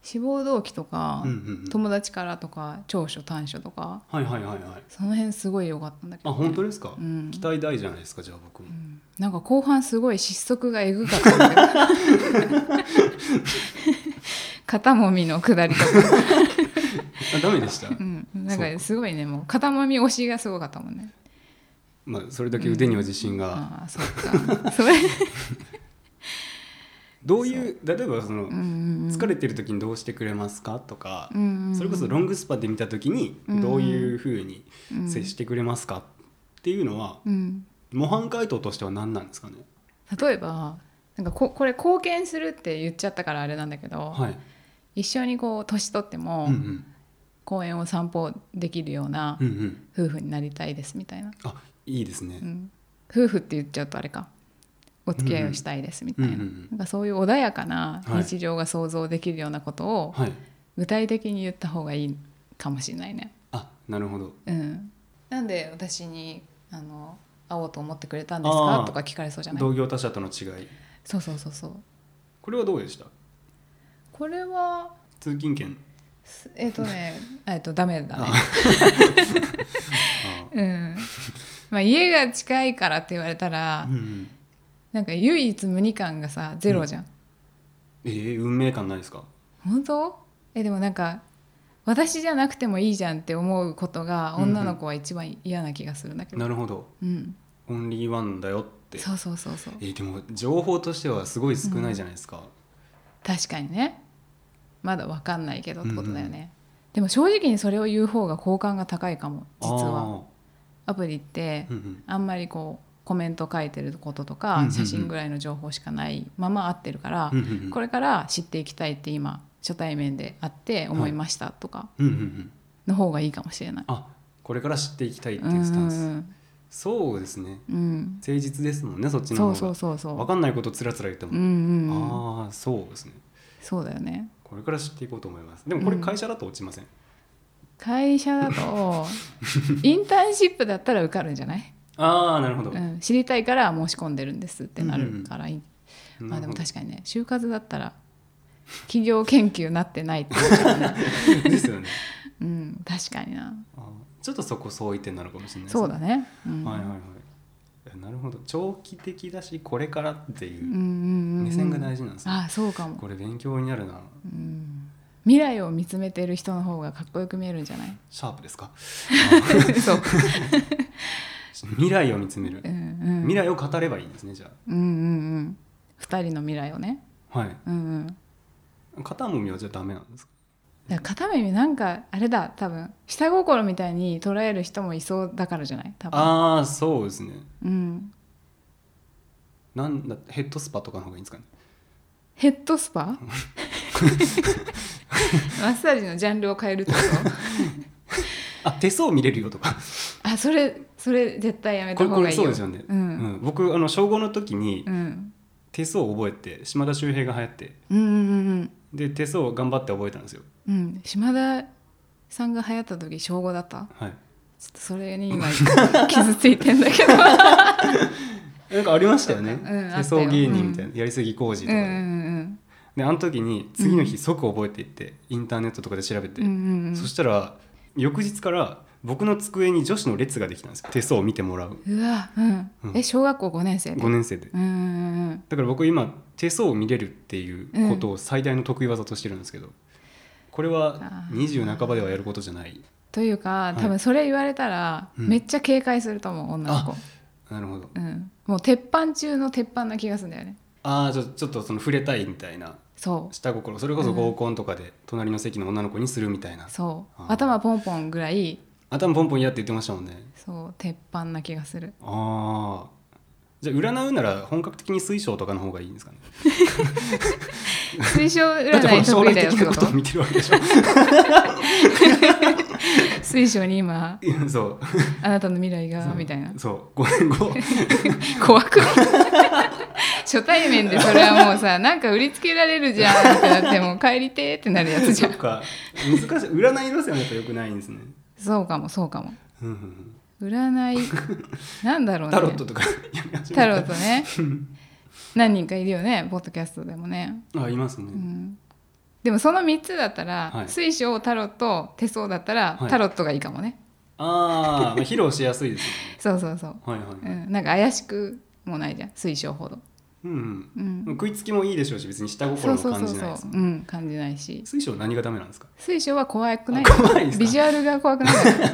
Speaker 3: 志望動機とか
Speaker 2: あ、うんうんうん
Speaker 3: 友達からとか長所短所とか
Speaker 2: はいはいはいはい
Speaker 3: その辺すごい良かったんだけど、
Speaker 2: あ本当ですか、
Speaker 3: うん
Speaker 2: 期待大じゃないですかじゃあ僕も
Speaker 3: うんなんか後半すごい失速がえぐかった
Speaker 2: <laughs>
Speaker 3: んだけど肩もみの下り
Speaker 2: <laughs>
Speaker 3: とか、
Speaker 2: あダメでした
Speaker 3: うん、なんかすごいねもう肩もみ押しがすごかったもんね
Speaker 2: まあそれだけ腕には自信が、
Speaker 3: ああそっ
Speaker 2: <laughs>
Speaker 3: かそれ、
Speaker 2: どういう例えばその、
Speaker 3: うんうんうん、
Speaker 2: 疲れてる時にどうしてくれますかとか、
Speaker 3: うんうんうん
Speaker 2: それこそロングスパで見た時に
Speaker 3: うん
Speaker 2: どういうふうに接してくれますかっていうのは
Speaker 3: うん、
Speaker 2: 模範解答としては何なんですかね
Speaker 3: 例えばなんかここれ貢献するって言っちゃったからあれなんだけど、
Speaker 2: はい、
Speaker 3: 一緒にこう年取っても
Speaker 2: うんうん
Speaker 3: 公園を散歩できるような
Speaker 2: うんうん、
Speaker 3: 夫婦になりたいですみたいな、
Speaker 2: あいいですね、
Speaker 3: うん、夫婦って言っちゃうとあれかお付き合いをしたいですみたいな,、
Speaker 2: うんうんうん
Speaker 3: なんかそういう穏やかな
Speaker 2: はい
Speaker 3: 日常が想像できるようなことを
Speaker 2: はい
Speaker 3: 具体的に言った方がいいかもしれないね。
Speaker 2: あなるほど
Speaker 3: うん、なんで私にあの会おうと思ってくれたんですか
Speaker 2: あー
Speaker 3: とか聞かれそうじゃない
Speaker 2: 同業他社との違い
Speaker 3: そうそうそうそう
Speaker 2: これはどうでした
Speaker 3: これは
Speaker 2: 通勤券
Speaker 3: すえっ、と
Speaker 2: <laughs>
Speaker 3: ねえっとダメだね
Speaker 2: ああ
Speaker 3: うんまあ家が近いからって言われたら、
Speaker 2: うんうん、
Speaker 3: なんか唯一無二感がさゼロじゃん、
Speaker 2: えー、運命感ないですか
Speaker 3: 本当えでもなんか私じゃなくてもいいじゃんって思うことが
Speaker 2: うんうん
Speaker 3: 女の子は一番嫌な気がするんだけど、
Speaker 2: なるほど
Speaker 3: うん、
Speaker 2: オンリーワンだよって
Speaker 3: そうそうそうそう
Speaker 2: えーでも情報としてはすごい少ないじゃないですか、
Speaker 3: 確かにねまだ分かんないけどってことだよね、でも正直にそれを言う方が好感が高いかも実はアプリって
Speaker 2: あー、うんうん、
Speaker 3: あんまりこうコメント書いてることと
Speaker 2: う
Speaker 3: か、
Speaker 2: んうんうん
Speaker 3: 写真ぐらいの情報しかないまま合ってるから、
Speaker 2: うんうんうん
Speaker 3: これから知っていきたいって今初対面で会って思いましたとか
Speaker 2: うんうんうん
Speaker 3: の方がいいかもしれない。
Speaker 2: あこれから知っていきたいって
Speaker 3: うんう
Speaker 2: いうスタンス、
Speaker 3: ん
Speaker 2: そうですね
Speaker 3: うん、
Speaker 2: 誠実ですもんねそっちの方
Speaker 3: そ
Speaker 2: が
Speaker 3: うそうそうそ
Speaker 2: 分
Speaker 3: う。
Speaker 2: かんないことつらつら言って
Speaker 3: う
Speaker 2: も、
Speaker 3: んうんうん、
Speaker 2: ああそうですね
Speaker 3: そうだよね。
Speaker 2: これから知っていこうと思いますでもこれ
Speaker 3: うん
Speaker 2: 会社だと落ちません、
Speaker 3: 会社だと <laughs> インターンシップだったら受かるんじゃない、
Speaker 2: ああなるほど、
Speaker 3: うん、知りたいから申し込んでるんですってなるから、いいま
Speaker 2: な
Speaker 3: あ
Speaker 2: る
Speaker 3: で
Speaker 2: ほ
Speaker 3: も
Speaker 2: ど
Speaker 3: 確かにね就活だったら企業研究なってないっ
Speaker 2: <laughs>
Speaker 3: て、
Speaker 2: ですよね
Speaker 3: うん、確かにな
Speaker 2: あーちょっとそこ相違点なのかもしれないです
Speaker 3: そうだね、うん、
Speaker 2: はいはいはいえなるほど長期的だしこれからってい
Speaker 3: う
Speaker 2: う
Speaker 3: んう
Speaker 2: ん
Speaker 3: うんうん
Speaker 2: 目線が大事なんですね、
Speaker 3: あそうかも、
Speaker 2: これ勉強になるな
Speaker 3: うん、未来を見つめてる人の方がかっこよく見えるんじ
Speaker 2: <laughs>
Speaker 3: ゃない
Speaker 2: シャープですか
Speaker 3: そう、
Speaker 2: 未来を見つめる
Speaker 3: うんうん、
Speaker 2: 未来を語ればいいんですねじゃ
Speaker 3: うんうんうん二人の未来をね
Speaker 2: あはい
Speaker 3: うんうん
Speaker 2: 肩もみはじゃあダメなんですか
Speaker 3: だから片耳なんかあれだ多分下心みたいに捉える人もいそうだからじゃない多分
Speaker 2: ああそうですね
Speaker 3: うん
Speaker 2: なんだヘッドスパとかの方がいいんですかね
Speaker 3: ヘッドスパマッサージのジャンルを変えるってこと
Speaker 2: あ手相見れるよと
Speaker 3: <laughs>
Speaker 2: か
Speaker 3: あそれそれ絶対やめ
Speaker 2: こ
Speaker 3: た
Speaker 2: れ
Speaker 3: 方
Speaker 2: こ
Speaker 3: が
Speaker 2: れ
Speaker 3: いい
Speaker 2: そう
Speaker 3: よ
Speaker 2: ですよね、
Speaker 3: う
Speaker 2: うんん僕あの小5の時に
Speaker 3: うん
Speaker 2: 手相を覚えて島田秀平が流行って
Speaker 3: うんうんうん
Speaker 2: で手相を頑張って覚えたんですよ
Speaker 3: うんうん島田さんが流行った時小5だった
Speaker 2: はい
Speaker 3: ちょっとそれに今傷ついてんだけど
Speaker 2: なんかありましたよね、
Speaker 3: そうかうん
Speaker 2: 手相芸人みたいな、やりすぎ工事と
Speaker 3: う
Speaker 2: か
Speaker 3: んう
Speaker 2: で,、
Speaker 3: ん
Speaker 2: であの時に次の日即覚えていって、インターネットとかで調べて、
Speaker 3: うんうんうんうん
Speaker 2: そしたら翌日から僕の机に女子の列ができたんですよ手相を見てもらう
Speaker 3: うわうん、
Speaker 2: うん
Speaker 3: え小学校5年生で
Speaker 2: 5年生で
Speaker 3: うんうんうん
Speaker 2: だから僕今手相を見れるっていうことを最大の得意技としてるんですけど、これは
Speaker 3: あー
Speaker 2: 20半ばではやることじゃない
Speaker 3: というか
Speaker 2: い
Speaker 3: 多分それ言われたら、
Speaker 2: うん
Speaker 3: めっちゃ警戒すると思う女の子、
Speaker 2: なるほど
Speaker 3: うん、もう鉄板中の鉄板な気がするんだよね
Speaker 2: ああちょちょっとその触れたいみたいな
Speaker 3: そう
Speaker 2: 下心それこそ合コンとかで隣の席の女の子にするみたいな、
Speaker 3: そう
Speaker 2: あー
Speaker 3: 頭ポンポンぐらい
Speaker 2: 頭ポンポンやって言ってましたもんね
Speaker 3: そう鉄板な気がする
Speaker 2: ああじゃあ占うなら本格的に水晶とかの方がいいんですかね
Speaker 3: 水晶
Speaker 2: だってほ
Speaker 3: 占い
Speaker 2: ら将
Speaker 3: 得意
Speaker 2: 来
Speaker 3: だよ
Speaker 2: 的
Speaker 3: って
Speaker 2: な
Speaker 3: こ
Speaker 2: こと
Speaker 3: と
Speaker 2: を見てるわけでしょ
Speaker 3: 水晶に今
Speaker 2: いやそう
Speaker 3: あなたの未来
Speaker 2: そ
Speaker 3: が
Speaker 2: う
Speaker 3: みたいな
Speaker 2: そう5年後
Speaker 3: 怖くない <laughs> 初対面でそれはもうさなんか売りつけられるじゃんってなってもう帰りてーってなるやつじ
Speaker 2: そ
Speaker 3: ゃ
Speaker 2: っ
Speaker 3: ん
Speaker 2: か難しい占い路線はやっぱよくないんですね
Speaker 3: そうかもそうかも
Speaker 2: うんうんうん
Speaker 3: 占い
Speaker 2: <laughs>
Speaker 3: なんだろうね
Speaker 2: タロットとかやり始めた
Speaker 3: タロットね何人かいるよねポッドキャストでもね、
Speaker 2: あいますね、
Speaker 3: うん、でもその3つだったら、
Speaker 2: はい
Speaker 3: 水晶タロット手相だったら、
Speaker 2: はい
Speaker 3: タロットがいいかもね
Speaker 2: あー、まあ披露しやすいです
Speaker 3: そうそうそう、
Speaker 2: よねはいは
Speaker 3: う
Speaker 2: い、
Speaker 3: ん、なんか怪しくもないじゃん水晶ほど、
Speaker 2: うん
Speaker 3: うん、
Speaker 2: 食いつきもいいでしょうし別に下
Speaker 3: そ
Speaker 2: 心
Speaker 3: う
Speaker 2: も
Speaker 3: そうそ
Speaker 2: 感
Speaker 3: う
Speaker 2: じ
Speaker 3: そ
Speaker 2: ないうです、
Speaker 3: うん、感じないし
Speaker 2: 水晶何がダメなんですか <laughs>
Speaker 3: 水晶は怖くない
Speaker 2: あ怖いんですか
Speaker 3: ビジュアルが
Speaker 2: <laughs>
Speaker 3: 怖くないから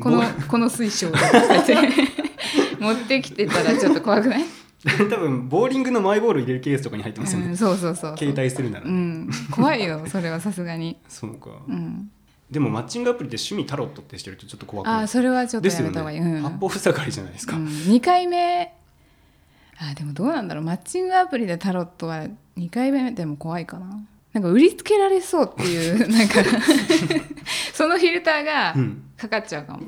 Speaker 3: この
Speaker 2: ぼ
Speaker 3: この水晶をって
Speaker 2: <laughs>
Speaker 3: 持ってきてたらちょっと怖くない、
Speaker 2: 多分ボーリングのマイボール入れるケースとかに入ってますよね、
Speaker 3: うん、そうそうそう
Speaker 2: 携帯するなら、
Speaker 3: うん、怖いよそれはさすがに、
Speaker 2: そうか、
Speaker 3: うん、
Speaker 2: でもマッチングアプリで趣味タロットってしてるとちょっと怖く
Speaker 3: あ
Speaker 2: ない
Speaker 3: あ
Speaker 2: ですか
Speaker 3: それはちょっ
Speaker 2: で
Speaker 3: とや
Speaker 2: すよ
Speaker 3: めた方がい
Speaker 2: ね、
Speaker 3: い、うん
Speaker 2: 八方塞がりじゃないですか、
Speaker 3: うん、2回目あーでもどうなんだろうマッチングアプリでタロットは2回目でも怖いかななんか売りつけられそうってい
Speaker 2: <laughs>
Speaker 3: うなんかそのフィルターが
Speaker 2: うん
Speaker 3: かかっちゃうかも、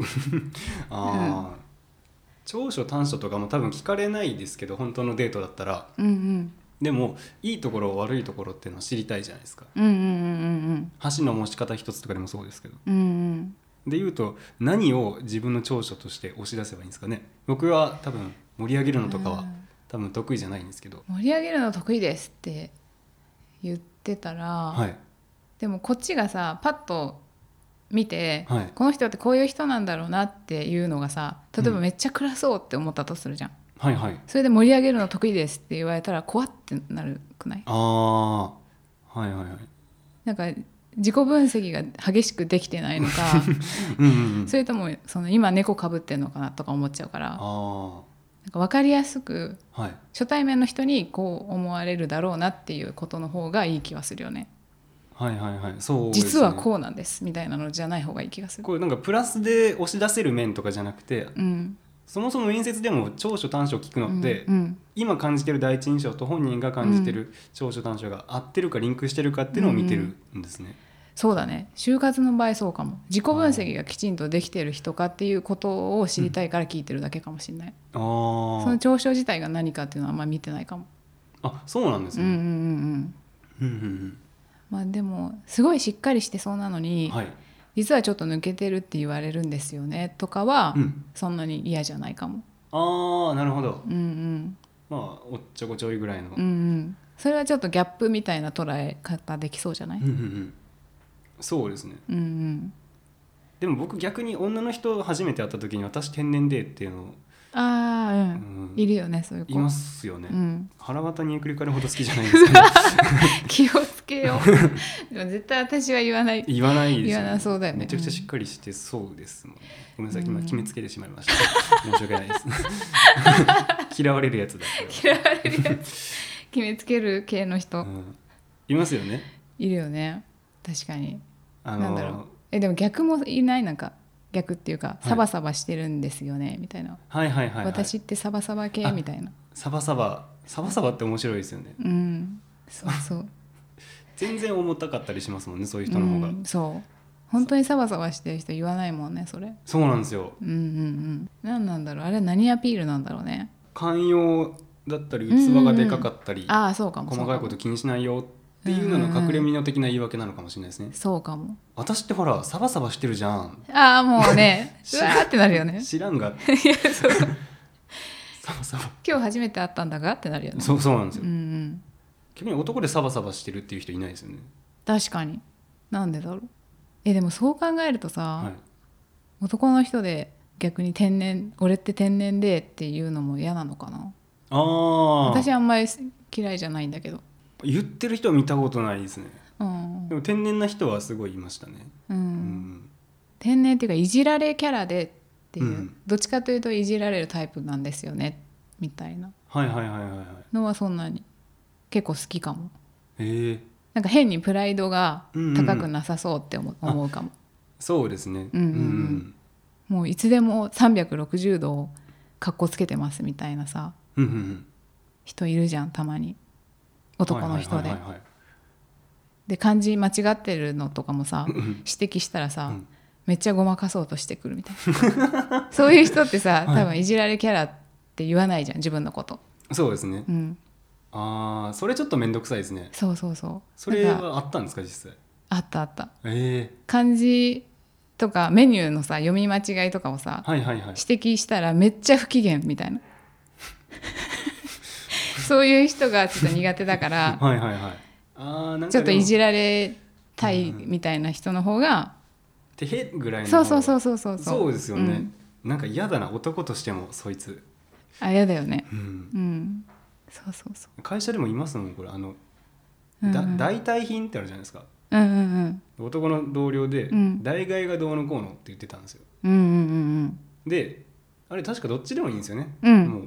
Speaker 2: ああ、長所短所とかも多分聞かれないですけど本当のデートだったら
Speaker 3: うん、うん
Speaker 2: でもいいところ悪いところっていうのは知りたいじゃないですか
Speaker 3: うんうんうん
Speaker 2: 箸の持ち方一つとかでもそうですけど
Speaker 3: うんうんうん
Speaker 2: で言うと何を自分の長所として押し出せばいいんですかね僕は多分盛り上げるのとかは
Speaker 3: うん
Speaker 2: 多分得意じゃないんですけど、
Speaker 3: 盛り上げるの得意ですって言ってたら、
Speaker 2: はい
Speaker 3: でもこっちがさパッと見て、
Speaker 2: はい
Speaker 3: この人ってこういう人なんだろうなっていうのがさ例えばめっちゃ暗そうって思ったとするじゃん、
Speaker 2: はいはい
Speaker 3: それで盛り上げるの得意ですって言われたら怖ってなるくない
Speaker 2: ああはいはいはい
Speaker 3: なんか自己分析が激しくできてないのか
Speaker 2: <laughs> うんうんうん
Speaker 3: それともその今猫かぶってんのかなとか思っちゃうからな
Speaker 2: あ
Speaker 3: んか分かりやすく
Speaker 2: あはい
Speaker 3: 初対面の人にこう思われるだろうなっていうことの方がいい気はするよね
Speaker 2: はいはいはいそうですね
Speaker 3: 実はこうなんですみたいなのじゃない方がいい気がする
Speaker 2: これなんかプラスで押し出せる面とかじゃなくて
Speaker 3: うん
Speaker 2: そもそも面接でも長所短所を聞くのって、
Speaker 3: うんうん
Speaker 2: 今感じてる第一印象と本人が感じてる長所短所が合ってるかリンクしてるかっていうのを見てるんですね。
Speaker 3: そうだね就活の場合そうかも自己分析がきちんとできてる人かっていうことを知りたいから聞いてるだけかもしれない、そ
Speaker 2: あ
Speaker 3: の長所自体が何かっていうのはあんま見てないかも
Speaker 2: ああそうなんです
Speaker 3: うんうんうん
Speaker 2: ね。
Speaker 3: うん
Speaker 2: うんうん
Speaker 3: まあでもすごいしっかりしてそうなの
Speaker 2: うん
Speaker 3: に、
Speaker 2: はい。
Speaker 3: 実はちょっと抜けてるって言われるんですよねとかは、
Speaker 2: うん
Speaker 3: そんなに嫌じゃないかも
Speaker 2: ああなるほど
Speaker 3: う。んうん
Speaker 2: まあおっちょこちょいぐらいの。
Speaker 3: うんうんそれはちょっとギャップみたいな捉え方できそうじゃない、
Speaker 2: うんうんうんそうですね。
Speaker 3: うんうん、
Speaker 2: でも僕逆に女の人初めて会った時に私天然でっていうのを、
Speaker 3: ああう、
Speaker 2: うんん、
Speaker 3: いるよねそういう子
Speaker 2: いますよね。
Speaker 3: うん、
Speaker 2: 腹渡にくり返るほど好きじゃないん
Speaker 3: <laughs>
Speaker 2: ですけど
Speaker 3: 気をつけよ
Speaker 2: <laughs>
Speaker 3: うでも絶対私は言わない
Speaker 2: 言わないですよ、
Speaker 3: 言わなそうだよね
Speaker 2: めちゃくちゃしっかりしてそうですもん、ごめんなさい今決めつけてしまいま
Speaker 3: <laughs>
Speaker 2: した申し訳ないです <laughs> 嫌われるやつだ
Speaker 3: 嫌われるやつ決めつける系の人、
Speaker 2: うん、いますよね
Speaker 3: いるよね確かに
Speaker 2: あ
Speaker 3: なん
Speaker 2: の
Speaker 3: だろうえでも逆もいないなんか逆っていうか
Speaker 2: い
Speaker 3: サバサバしてるんですよね、みたいな、
Speaker 2: はいはいはい、はい、
Speaker 3: 私ってサバサバ系
Speaker 2: あ
Speaker 3: みたいな
Speaker 2: サバサバサバサバって面白いですよね
Speaker 3: うんそうそう
Speaker 2: 全然重たかったりしますもんねそう <laughs> いう人の方が、
Speaker 3: うん、そう本当にサバサバしてる人言わないもんねそれ
Speaker 2: そうなんですよ
Speaker 3: うんうんうん何なんだろうあれは何アピールなんだろうね
Speaker 2: 寛容だったり器がでかかったり、
Speaker 3: ああそうかも
Speaker 2: 細かいこと
Speaker 3: そう
Speaker 2: 気にしないよっていうのの隠れ身の的な言い訳なのかもしれないですね、
Speaker 3: もそうかも
Speaker 2: 私ってほらサバサバしてるじゃん
Speaker 3: ああもう
Speaker 2: <laughs>
Speaker 3: ね
Speaker 2: 知
Speaker 3: う
Speaker 2: ら
Speaker 3: わ
Speaker 2: ん
Speaker 3: ーってな
Speaker 2: <laughs>
Speaker 3: るよね
Speaker 2: 知らんが
Speaker 3: <laughs> いやそう
Speaker 2: <laughs> サバサバ
Speaker 3: 今日初めて会ったんだがってなるよね
Speaker 2: そうそうなんですよ、
Speaker 3: うんうん
Speaker 2: 逆に男でサバサバしてるっていう人いないですよね
Speaker 3: 確かになんでだろうえでもそう考えるとさ、
Speaker 2: はい
Speaker 3: 男の人で逆に天然俺って天然でっていうのも嫌なのかな
Speaker 2: ああ
Speaker 3: 私あんまり嫌いじゃないんだけど
Speaker 2: 言ってる人は見たことないですね
Speaker 3: うん
Speaker 2: でも天然な人はすごいいましたね
Speaker 3: う
Speaker 2: うんん、
Speaker 3: 天然っていうかいじられキャラでっていう、
Speaker 2: うん
Speaker 3: どっちかというといじられるタイプなんですよねみたいな
Speaker 2: はいはいはいはいはい
Speaker 3: のはそんなに結構好きかも
Speaker 2: ええ
Speaker 3: なんか変にプライドが高くなさそうって思,、
Speaker 2: うんうん
Speaker 3: 思うかも
Speaker 2: そうですね
Speaker 3: うんうんうんもういつでも360度かっこつけてますみたいなさ
Speaker 2: うんうんうん
Speaker 3: 人いるじゃんたまに男の人で
Speaker 2: はいはいはいはい
Speaker 3: で漢字間違ってるのとかも
Speaker 2: <laughs>
Speaker 3: さ
Speaker 2: ん
Speaker 3: 指摘したらさ、
Speaker 2: うん
Speaker 3: めっちゃごまかそうとしてくるみたいな <laughs> そういう人ってさ
Speaker 2: はい
Speaker 3: 多分いじられキャラって言わないじゃん自分のこと、
Speaker 2: そうですね
Speaker 3: うん、
Speaker 2: ああそれちょっと面倒くさいですね
Speaker 3: そうそうそう
Speaker 2: それ
Speaker 3: なんか
Speaker 2: はあったんですか実際
Speaker 3: あったあった
Speaker 2: ええ
Speaker 3: 漢字とかメニューのさ読み間違いとかをさ
Speaker 2: はいはいはい
Speaker 3: 指摘したらめっちゃ不機嫌みたい
Speaker 2: <laughs>
Speaker 3: なそういう人がちょっと苦手だから
Speaker 2: はいはいはいあーなんか
Speaker 3: ちょっとい
Speaker 2: る
Speaker 3: じられたいみたいな人の方が、
Speaker 2: てへぐらいの
Speaker 3: そうそうそううそうそう
Speaker 2: そうですよね
Speaker 3: ん、
Speaker 2: なんか嫌だな男としてもそいつ、
Speaker 3: あ嫌だよね
Speaker 2: うん、
Speaker 3: うんそうそうそう
Speaker 2: 会社でもいますもんこれあの、
Speaker 3: うん
Speaker 2: だ代替品ってあるじゃないですか
Speaker 3: うんうんうん
Speaker 2: 男の同僚で、
Speaker 3: うん
Speaker 2: 代替がどうのこうのって言ってたんですよ
Speaker 3: うんうん
Speaker 2: であれ確かどっちでもいいんですよね、
Speaker 3: うん
Speaker 2: もう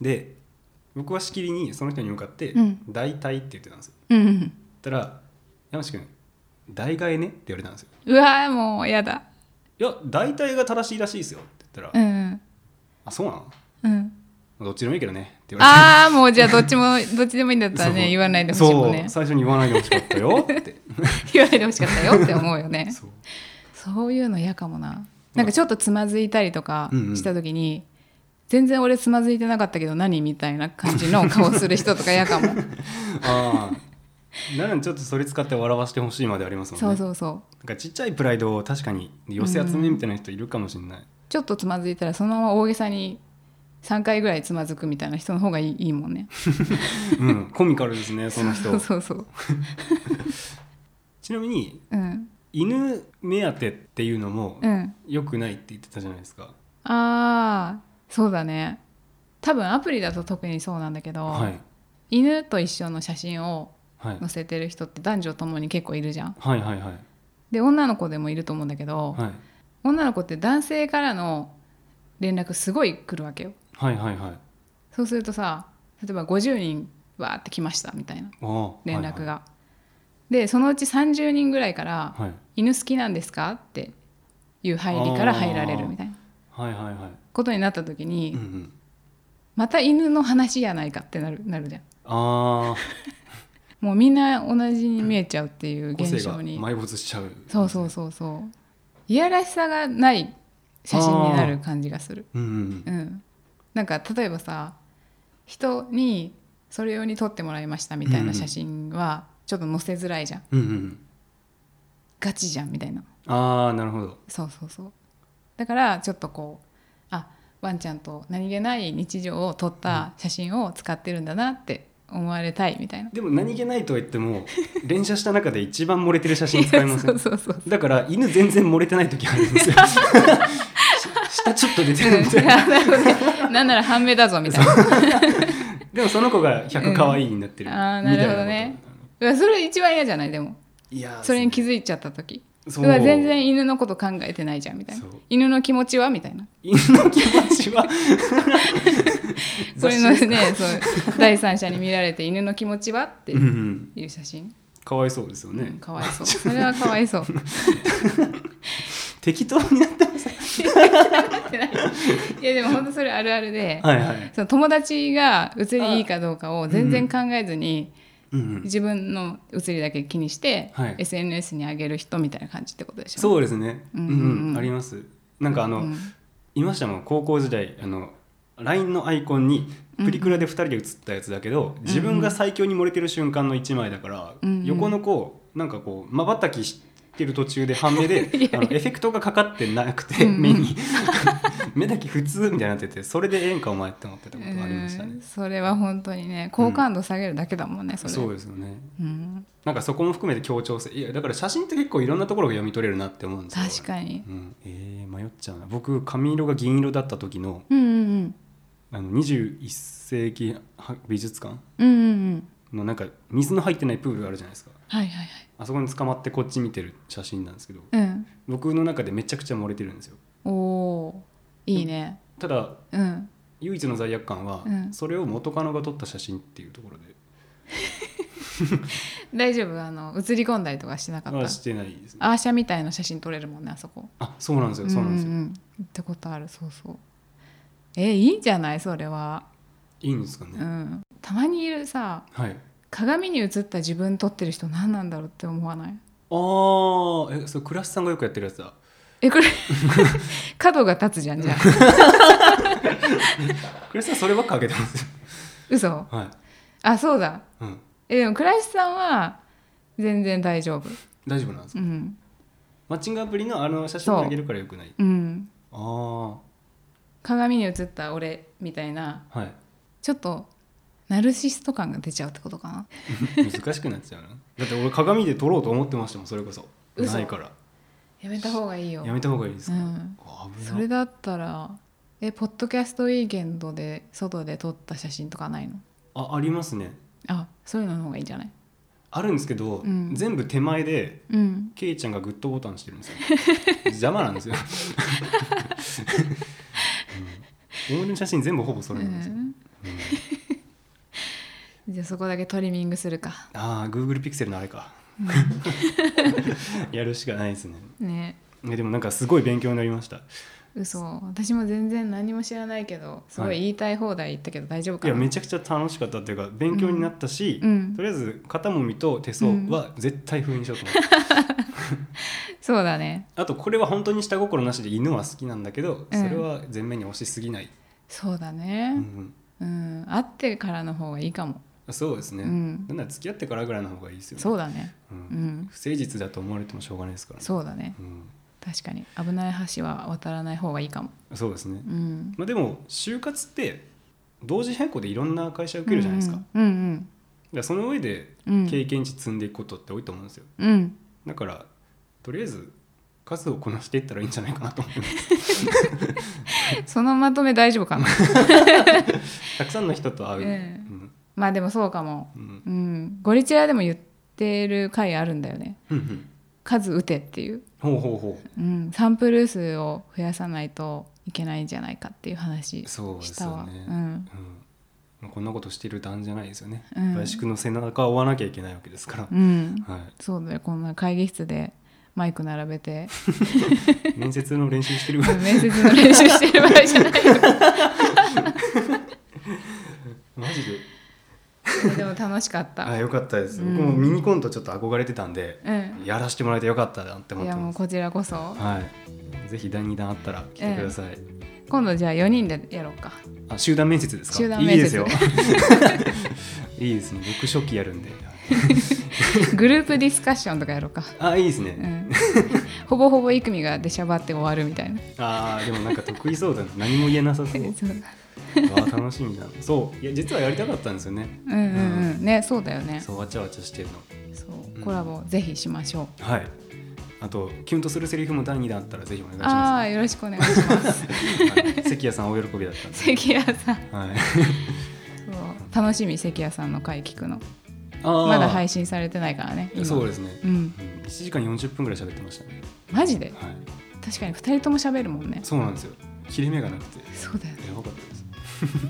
Speaker 2: で僕はしきりにその人に向かって
Speaker 3: うん
Speaker 2: 「代替」って言ってたんですよ、
Speaker 3: うんうんうん
Speaker 2: そしたら「山下君代替ね」って言われたんですよ
Speaker 3: うわーもう嫌だ
Speaker 2: 「いや代替が正しいらしいですよ」って言ったら「
Speaker 3: うん
Speaker 2: あそうなの
Speaker 3: うん
Speaker 2: どっちでもいいけどね」って言われて
Speaker 3: ああもうじゃあどっ
Speaker 2: <laughs>
Speaker 3: ちもどっちでもいいんだったら
Speaker 2: そう
Speaker 3: ね言わないでほしいもんね
Speaker 2: そう最初に言わないでほしかったよって
Speaker 3: <laughs> 言わないでほしかったよって思うよ <laughs> ね
Speaker 2: そう
Speaker 3: そういうの嫌かもななんかちょっとつまずいたりとか
Speaker 2: うんうん
Speaker 3: した時に、全然俺つまずいてなかったけど何みたいな感じの顔する人とか
Speaker 2: <laughs>
Speaker 3: 嫌かも
Speaker 2: ああならちょっとそれ使って笑わせてほしいまでありますもんね
Speaker 3: そうそうそう
Speaker 2: なんかちっちゃいプライドを確かに寄せ集めみたいな人いるかもしれない、
Speaker 3: <laughs> ちょっとつまずいたらそのまま大げさに3回ぐらいつまずくみたいな人の方がいいいいもんね
Speaker 2: うんコミカルですねその人
Speaker 3: <laughs> そうそうそう
Speaker 2: ちなみに
Speaker 3: うん
Speaker 2: 犬目当てっていうのも
Speaker 3: うん
Speaker 2: 良くないって言ってたじゃないですか、
Speaker 3: ああそうだね多分アプリだと特にそうなんだけど、
Speaker 2: はい、
Speaker 3: 犬と一緒の写真を
Speaker 2: はい
Speaker 3: 載せてる人って男女ともに結構いるじゃん
Speaker 2: はいはいはい
Speaker 3: で女の子でもいると思うんだけど、
Speaker 2: はい
Speaker 3: 女の子って男性からの連絡すごい来るわけよ
Speaker 2: はいはいはい
Speaker 3: そうするとさ例えば50人わーって来ましたみたいな
Speaker 2: ああ
Speaker 3: 連絡が、でそのうち30人ぐらいから
Speaker 2: はい
Speaker 3: 「犬好きなんですか?」っていう入りから入られるみたいな
Speaker 2: はいはいはいはい
Speaker 3: ことになった時に、
Speaker 2: うんうん
Speaker 3: また犬の話やないかってなるなるじゃん
Speaker 2: ああ
Speaker 3: もうみんな同じに見えちゃうっていう
Speaker 2: 個性
Speaker 3: 現
Speaker 2: が
Speaker 3: 象に、
Speaker 2: 埋没しちゃう
Speaker 3: そうそうそうそういやらしさがない写真になる感じがする
Speaker 2: うんうん
Speaker 3: うん、なんか例えばさ人にそれ用に撮ってもらいましたみたいな写真はちょっと載せづらいじゃん、
Speaker 2: うんうん
Speaker 3: ガチじゃんみたいな
Speaker 2: ああなるほど
Speaker 3: そうそうそうだからちょっとこうあワンちゃんと何気ない日常を撮った写真を使ってるんだなって思われたいみたいな、
Speaker 2: でも何気ないとは言って
Speaker 3: <laughs>
Speaker 2: も連写した中で一番漏れてる写真使いません
Speaker 3: そうそうそう <laughs>
Speaker 2: だから犬全然漏れてない時あるんですよ下ちょっと出てるみ
Speaker 3: <laughs>
Speaker 2: たいな
Speaker 3: あなるほどねなんなら半目だぞみたいな
Speaker 2: でもその子が100可愛いになってる、
Speaker 3: うんあーなるほどねうわそれ一番嫌じゃないでも
Speaker 2: みたいなこといやー
Speaker 3: それに気づいちゃった時
Speaker 2: そう
Speaker 3: うわ全然犬のこと考えてないじゃんみたいな
Speaker 2: そう
Speaker 3: 犬の気持ちはみたいな
Speaker 2: 犬の気持ちは
Speaker 3: こ
Speaker 2: 雑
Speaker 3: れ
Speaker 2: 誌
Speaker 3: の
Speaker 2: ですか
Speaker 3: ねそう第三者に見られて犬の気持ちはって
Speaker 2: うんうん
Speaker 3: いう写真、
Speaker 2: かわいそうですよね、
Speaker 3: かわい
Speaker 2: <laughs>
Speaker 3: そうそれはかわいそう
Speaker 2: 適当になって
Speaker 3: いやでも本当それあるあるで、
Speaker 2: はいはい、
Speaker 3: その友達が写りいいかどうかを全然考えずに
Speaker 2: うんうん、
Speaker 3: 自分の写りだけ気にして、
Speaker 2: はい
Speaker 3: SNS に上げる人みたいな感じってことでしょう、
Speaker 2: そうですね、う
Speaker 3: うんん
Speaker 2: う
Speaker 3: うんん
Speaker 2: ありますなんかあの、
Speaker 3: うん
Speaker 2: いましたもん高校時代あの LINE のアイコンにプリクラで2人で写ったやつだけど、自分が最強に漏れてる瞬間の1枚だから、
Speaker 3: うんうん
Speaker 2: 横の子なんかこうまばたきしてる途中で半目
Speaker 3: <laughs>
Speaker 2: であのエフェクトがかかってなくて、
Speaker 3: うんうん
Speaker 2: 目に <laughs> 目だけ普通みたいになっててそれでええんかお前って思ってたことがありました
Speaker 3: う
Speaker 2: ね
Speaker 3: ん、それは本当にね好感度下げるだけだもんね、それ
Speaker 2: そうですよね
Speaker 3: うん、
Speaker 2: なんかそこも含めて協調性いやだから写真って結構いろんなところが読み取れるなって思うんですよ
Speaker 3: 確かに
Speaker 2: うん、えー迷っちゃうな僕髪色が銀色だった時の
Speaker 3: うんうん
Speaker 2: あの21世紀は美術館
Speaker 3: うんうんうんうん
Speaker 2: のなんか水の入ってないプールがあるじゃないですか
Speaker 3: はいはい
Speaker 2: あそこに捕まってこっち見てる写真なんですけど
Speaker 3: はいうん
Speaker 2: 僕の中でめちゃくちゃ漏れてるんですよ
Speaker 3: おおーいいね
Speaker 2: ただ
Speaker 3: うん
Speaker 2: 唯一の罪悪感は、
Speaker 3: うん
Speaker 2: それを元カノが撮った写真っていうところで
Speaker 3: 大丈夫あの写り込んだりとかしてなかった
Speaker 2: はしてないですね
Speaker 3: アーシャみたいな写真撮れるもんねあそこ
Speaker 2: あそうなんですよそうなんですよ、
Speaker 3: んうんってことあるそうそうえいいんじゃないそれは、
Speaker 2: いいんですかね、
Speaker 3: うん、たまにいるさ
Speaker 2: はい
Speaker 3: 鏡に映った自分撮ってる人何なんだろうって思わない
Speaker 2: あーえそれ倉橋さんがよくやってるやつだ <laughs>
Speaker 3: えこれ角が立つじゃんじゃあ
Speaker 2: 倉橋さんそればっかあげてます
Speaker 3: 嘘
Speaker 2: <laughs> はい、
Speaker 3: あそうだ
Speaker 2: うん、
Speaker 3: えでも倉石さんは全然大丈夫
Speaker 2: 大丈夫なんですか
Speaker 3: うん
Speaker 2: マッチングアプリのあの写真をあげるからよくない
Speaker 3: うん
Speaker 2: あ
Speaker 3: 鏡に映った俺みたいな
Speaker 2: あはい
Speaker 3: ちょっとナルシスト感が出ちゃうってことかな
Speaker 2: 難しくなっちゃうなだって俺鏡で撮ろうと思ってましたもんそれこそ
Speaker 3: 嘘
Speaker 2: ないから
Speaker 3: やめた方がいいよ
Speaker 2: やめた方がいいですか、
Speaker 3: うん
Speaker 2: あ危な
Speaker 3: それだったらえポッドキャストウィーケンドで外で撮った写真とかないの
Speaker 2: あありますね
Speaker 3: あそういうのの方がいいんじゃない
Speaker 2: あるんですけど、
Speaker 3: うん
Speaker 2: 全部手前で
Speaker 3: うん
Speaker 2: ケイちゃんがグッドボタンしてる
Speaker 3: <laughs>
Speaker 2: んですよ邪魔なんですよ、うん、俺の写真全部ほぼそれなんですよ、うん
Speaker 3: <laughs> じゃあそこだけトリミングするか
Speaker 2: ああ Google ピクセルのあれ
Speaker 3: <laughs>
Speaker 2: かやるしかないですね
Speaker 3: ね
Speaker 2: えでもなんかすごい勉強になりました
Speaker 3: 嘘私も全然何も知らないけどすご
Speaker 2: はい
Speaker 3: い言いたい放題言ったけど大丈夫
Speaker 2: い
Speaker 3: かな、
Speaker 2: やめちゃくちゃ楽しかったっていうか勉強になったし、
Speaker 3: うん
Speaker 2: とりあえず肩もみと手相は絶対封印しようと思って、
Speaker 3: <laughs> そうだね
Speaker 2: あとこれは本当に下心なしで犬は好きなんだけど
Speaker 3: うん
Speaker 2: それは前面に押しすぎない、
Speaker 3: そうだ
Speaker 2: うんう
Speaker 3: ね
Speaker 2: ん
Speaker 3: うん、会ってからの方がいいかも
Speaker 2: そうですね、
Speaker 3: うん
Speaker 2: なんなら付き合ってからぐらいの方がいいですよね
Speaker 3: そうだね
Speaker 2: うん
Speaker 3: うん
Speaker 2: 不誠実だと思われてもしょうがないですからね
Speaker 3: そうだね
Speaker 2: うん
Speaker 3: 確かに危ない橋は渡らない方がいいかも
Speaker 2: そうですね、
Speaker 3: うん
Speaker 2: まあ、でも就活って同時並行でいろんな会社受けるじゃないですか,、だか
Speaker 3: うんうん
Speaker 2: らその上で
Speaker 3: うん
Speaker 2: 経験値積んでいくことって多いと思うんですよ
Speaker 3: うん、うん
Speaker 2: だからとりあえず数をこなしていったらいいんじゃないかな
Speaker 3: <laughs>
Speaker 2: と思います
Speaker 3: そのまとめ大丈夫かな
Speaker 2: たくさんの人と会う、
Speaker 3: えまあでもそうかも
Speaker 2: うんうん
Speaker 3: うんゴリチラでも言ってる回あるんだよね
Speaker 2: うんうん
Speaker 3: 数打てっていう、
Speaker 2: ほうほうほ
Speaker 3: うん、サンプル数を増やさないといけないんじゃないかっていう話
Speaker 2: うそうです
Speaker 3: した
Speaker 2: よ
Speaker 3: わ
Speaker 2: ね、
Speaker 3: う
Speaker 2: うん
Speaker 3: ん
Speaker 2: まあこんなことしてる段じゃないですよね、
Speaker 3: うん
Speaker 2: 林くんの背中を追わなきゃいけないわけですから、
Speaker 3: うん
Speaker 2: は
Speaker 3: そうだよこんな会議室でマイク並べ
Speaker 2: <laughs>
Speaker 3: て
Speaker 2: い、面接の練習して
Speaker 3: <laughs>
Speaker 2: るぐらい
Speaker 3: 面接の練習してる場合じゃないよ
Speaker 2: マジで <laughs>
Speaker 3: でも楽しかった、
Speaker 2: あよかったです、
Speaker 3: うん
Speaker 2: 僕もミニコントちょっと憧れてたんで、
Speaker 3: う
Speaker 2: やらせてもらえてよかったなって
Speaker 3: ん
Speaker 2: 思
Speaker 3: い
Speaker 2: って
Speaker 3: やも
Speaker 2: ま
Speaker 3: う
Speaker 2: す
Speaker 3: こちらこそ
Speaker 2: はい、ぜひ第2弾あったら来てください、
Speaker 3: 今度じゃあ4人でやろうか
Speaker 2: あ集団面接ですか
Speaker 3: 集団
Speaker 2: い
Speaker 3: 面接
Speaker 2: いです
Speaker 3: <laughs>
Speaker 2: よいいですね僕初期やるんで
Speaker 3: グループディスカッションとかやろうか
Speaker 2: あいいです
Speaker 3: う
Speaker 2: ね、
Speaker 3: ん <laughs> ほぼほぼイクミが出しゃばって終わるみたいな
Speaker 2: あーでもなんか得意そうだな何も言えな
Speaker 3: <laughs>
Speaker 2: さそう
Speaker 3: そう
Speaker 2: わあ楽しみだなそういや実はやりたかったんですよね
Speaker 3: うんうんうんねそうだよね
Speaker 2: そうわちゃわちゃしてるの
Speaker 3: そう
Speaker 2: うん
Speaker 3: コラボぜひしましょう
Speaker 2: はいあとキュンとするセリフも第2弾あったらぜひお願いし
Speaker 3: あ
Speaker 2: ま
Speaker 3: あよろしくお願いします <laughs>
Speaker 2: す、はい関谷さん大喜びだったんで、
Speaker 3: 関谷さんそ
Speaker 2: はい、
Speaker 3: う楽しみ関谷さんの回聞くの
Speaker 2: あー
Speaker 3: まだ配信されてないからね今
Speaker 2: そうですね、
Speaker 3: うん
Speaker 2: うん1時間40分ぐらい喋ってましたね、
Speaker 3: マジで
Speaker 2: はい、
Speaker 3: 確かに2人とも喋るもんね
Speaker 2: そうなんですよ切れ目がなくて
Speaker 3: そうだよね
Speaker 2: やばかったで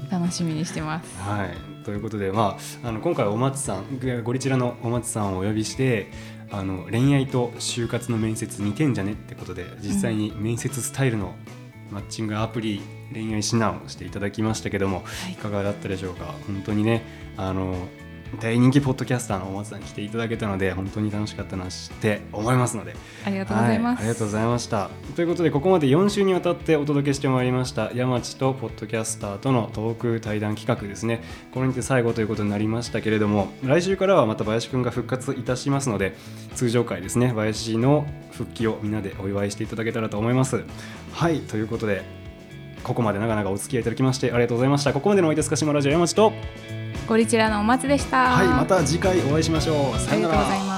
Speaker 2: す
Speaker 3: 楽しみにしてます
Speaker 2: はい、ということで、まあ、あの今回お松さんごゴリチラのお松さんをお呼びしてあの恋愛と就活の面接似てんじゃねってことで実際に面接スタイルのマッチングアプリ恋愛指南をしていただきましたけども
Speaker 3: はい
Speaker 2: いかがだったでしょうか本当にねあの大人気ポッドキャスターのお松さんに来ていただけたので本当に楽しかったなって思いますので
Speaker 3: ありがとうございま
Speaker 2: は
Speaker 3: す、
Speaker 2: ありがとうございましたということでここまで4週にわたってお届けしてまいりました山地とポッドキャスターとのトーク対談企画ですねこれにて最後ということになりましたけれども来週からはまた林くんが復活いたしますので通常回ですね林の復帰をみんなでお祝いしていただけたらと思いますはいということでここまで長々お付き合いいただきましてありがとうございましたここまでのお相手すかしまラジオ山地と
Speaker 3: ゴリチラのお松でした
Speaker 2: はいまた次回お会いしましょうさ
Speaker 3: あ
Speaker 2: よ
Speaker 3: り
Speaker 2: な
Speaker 3: が
Speaker 2: ら
Speaker 3: とうございます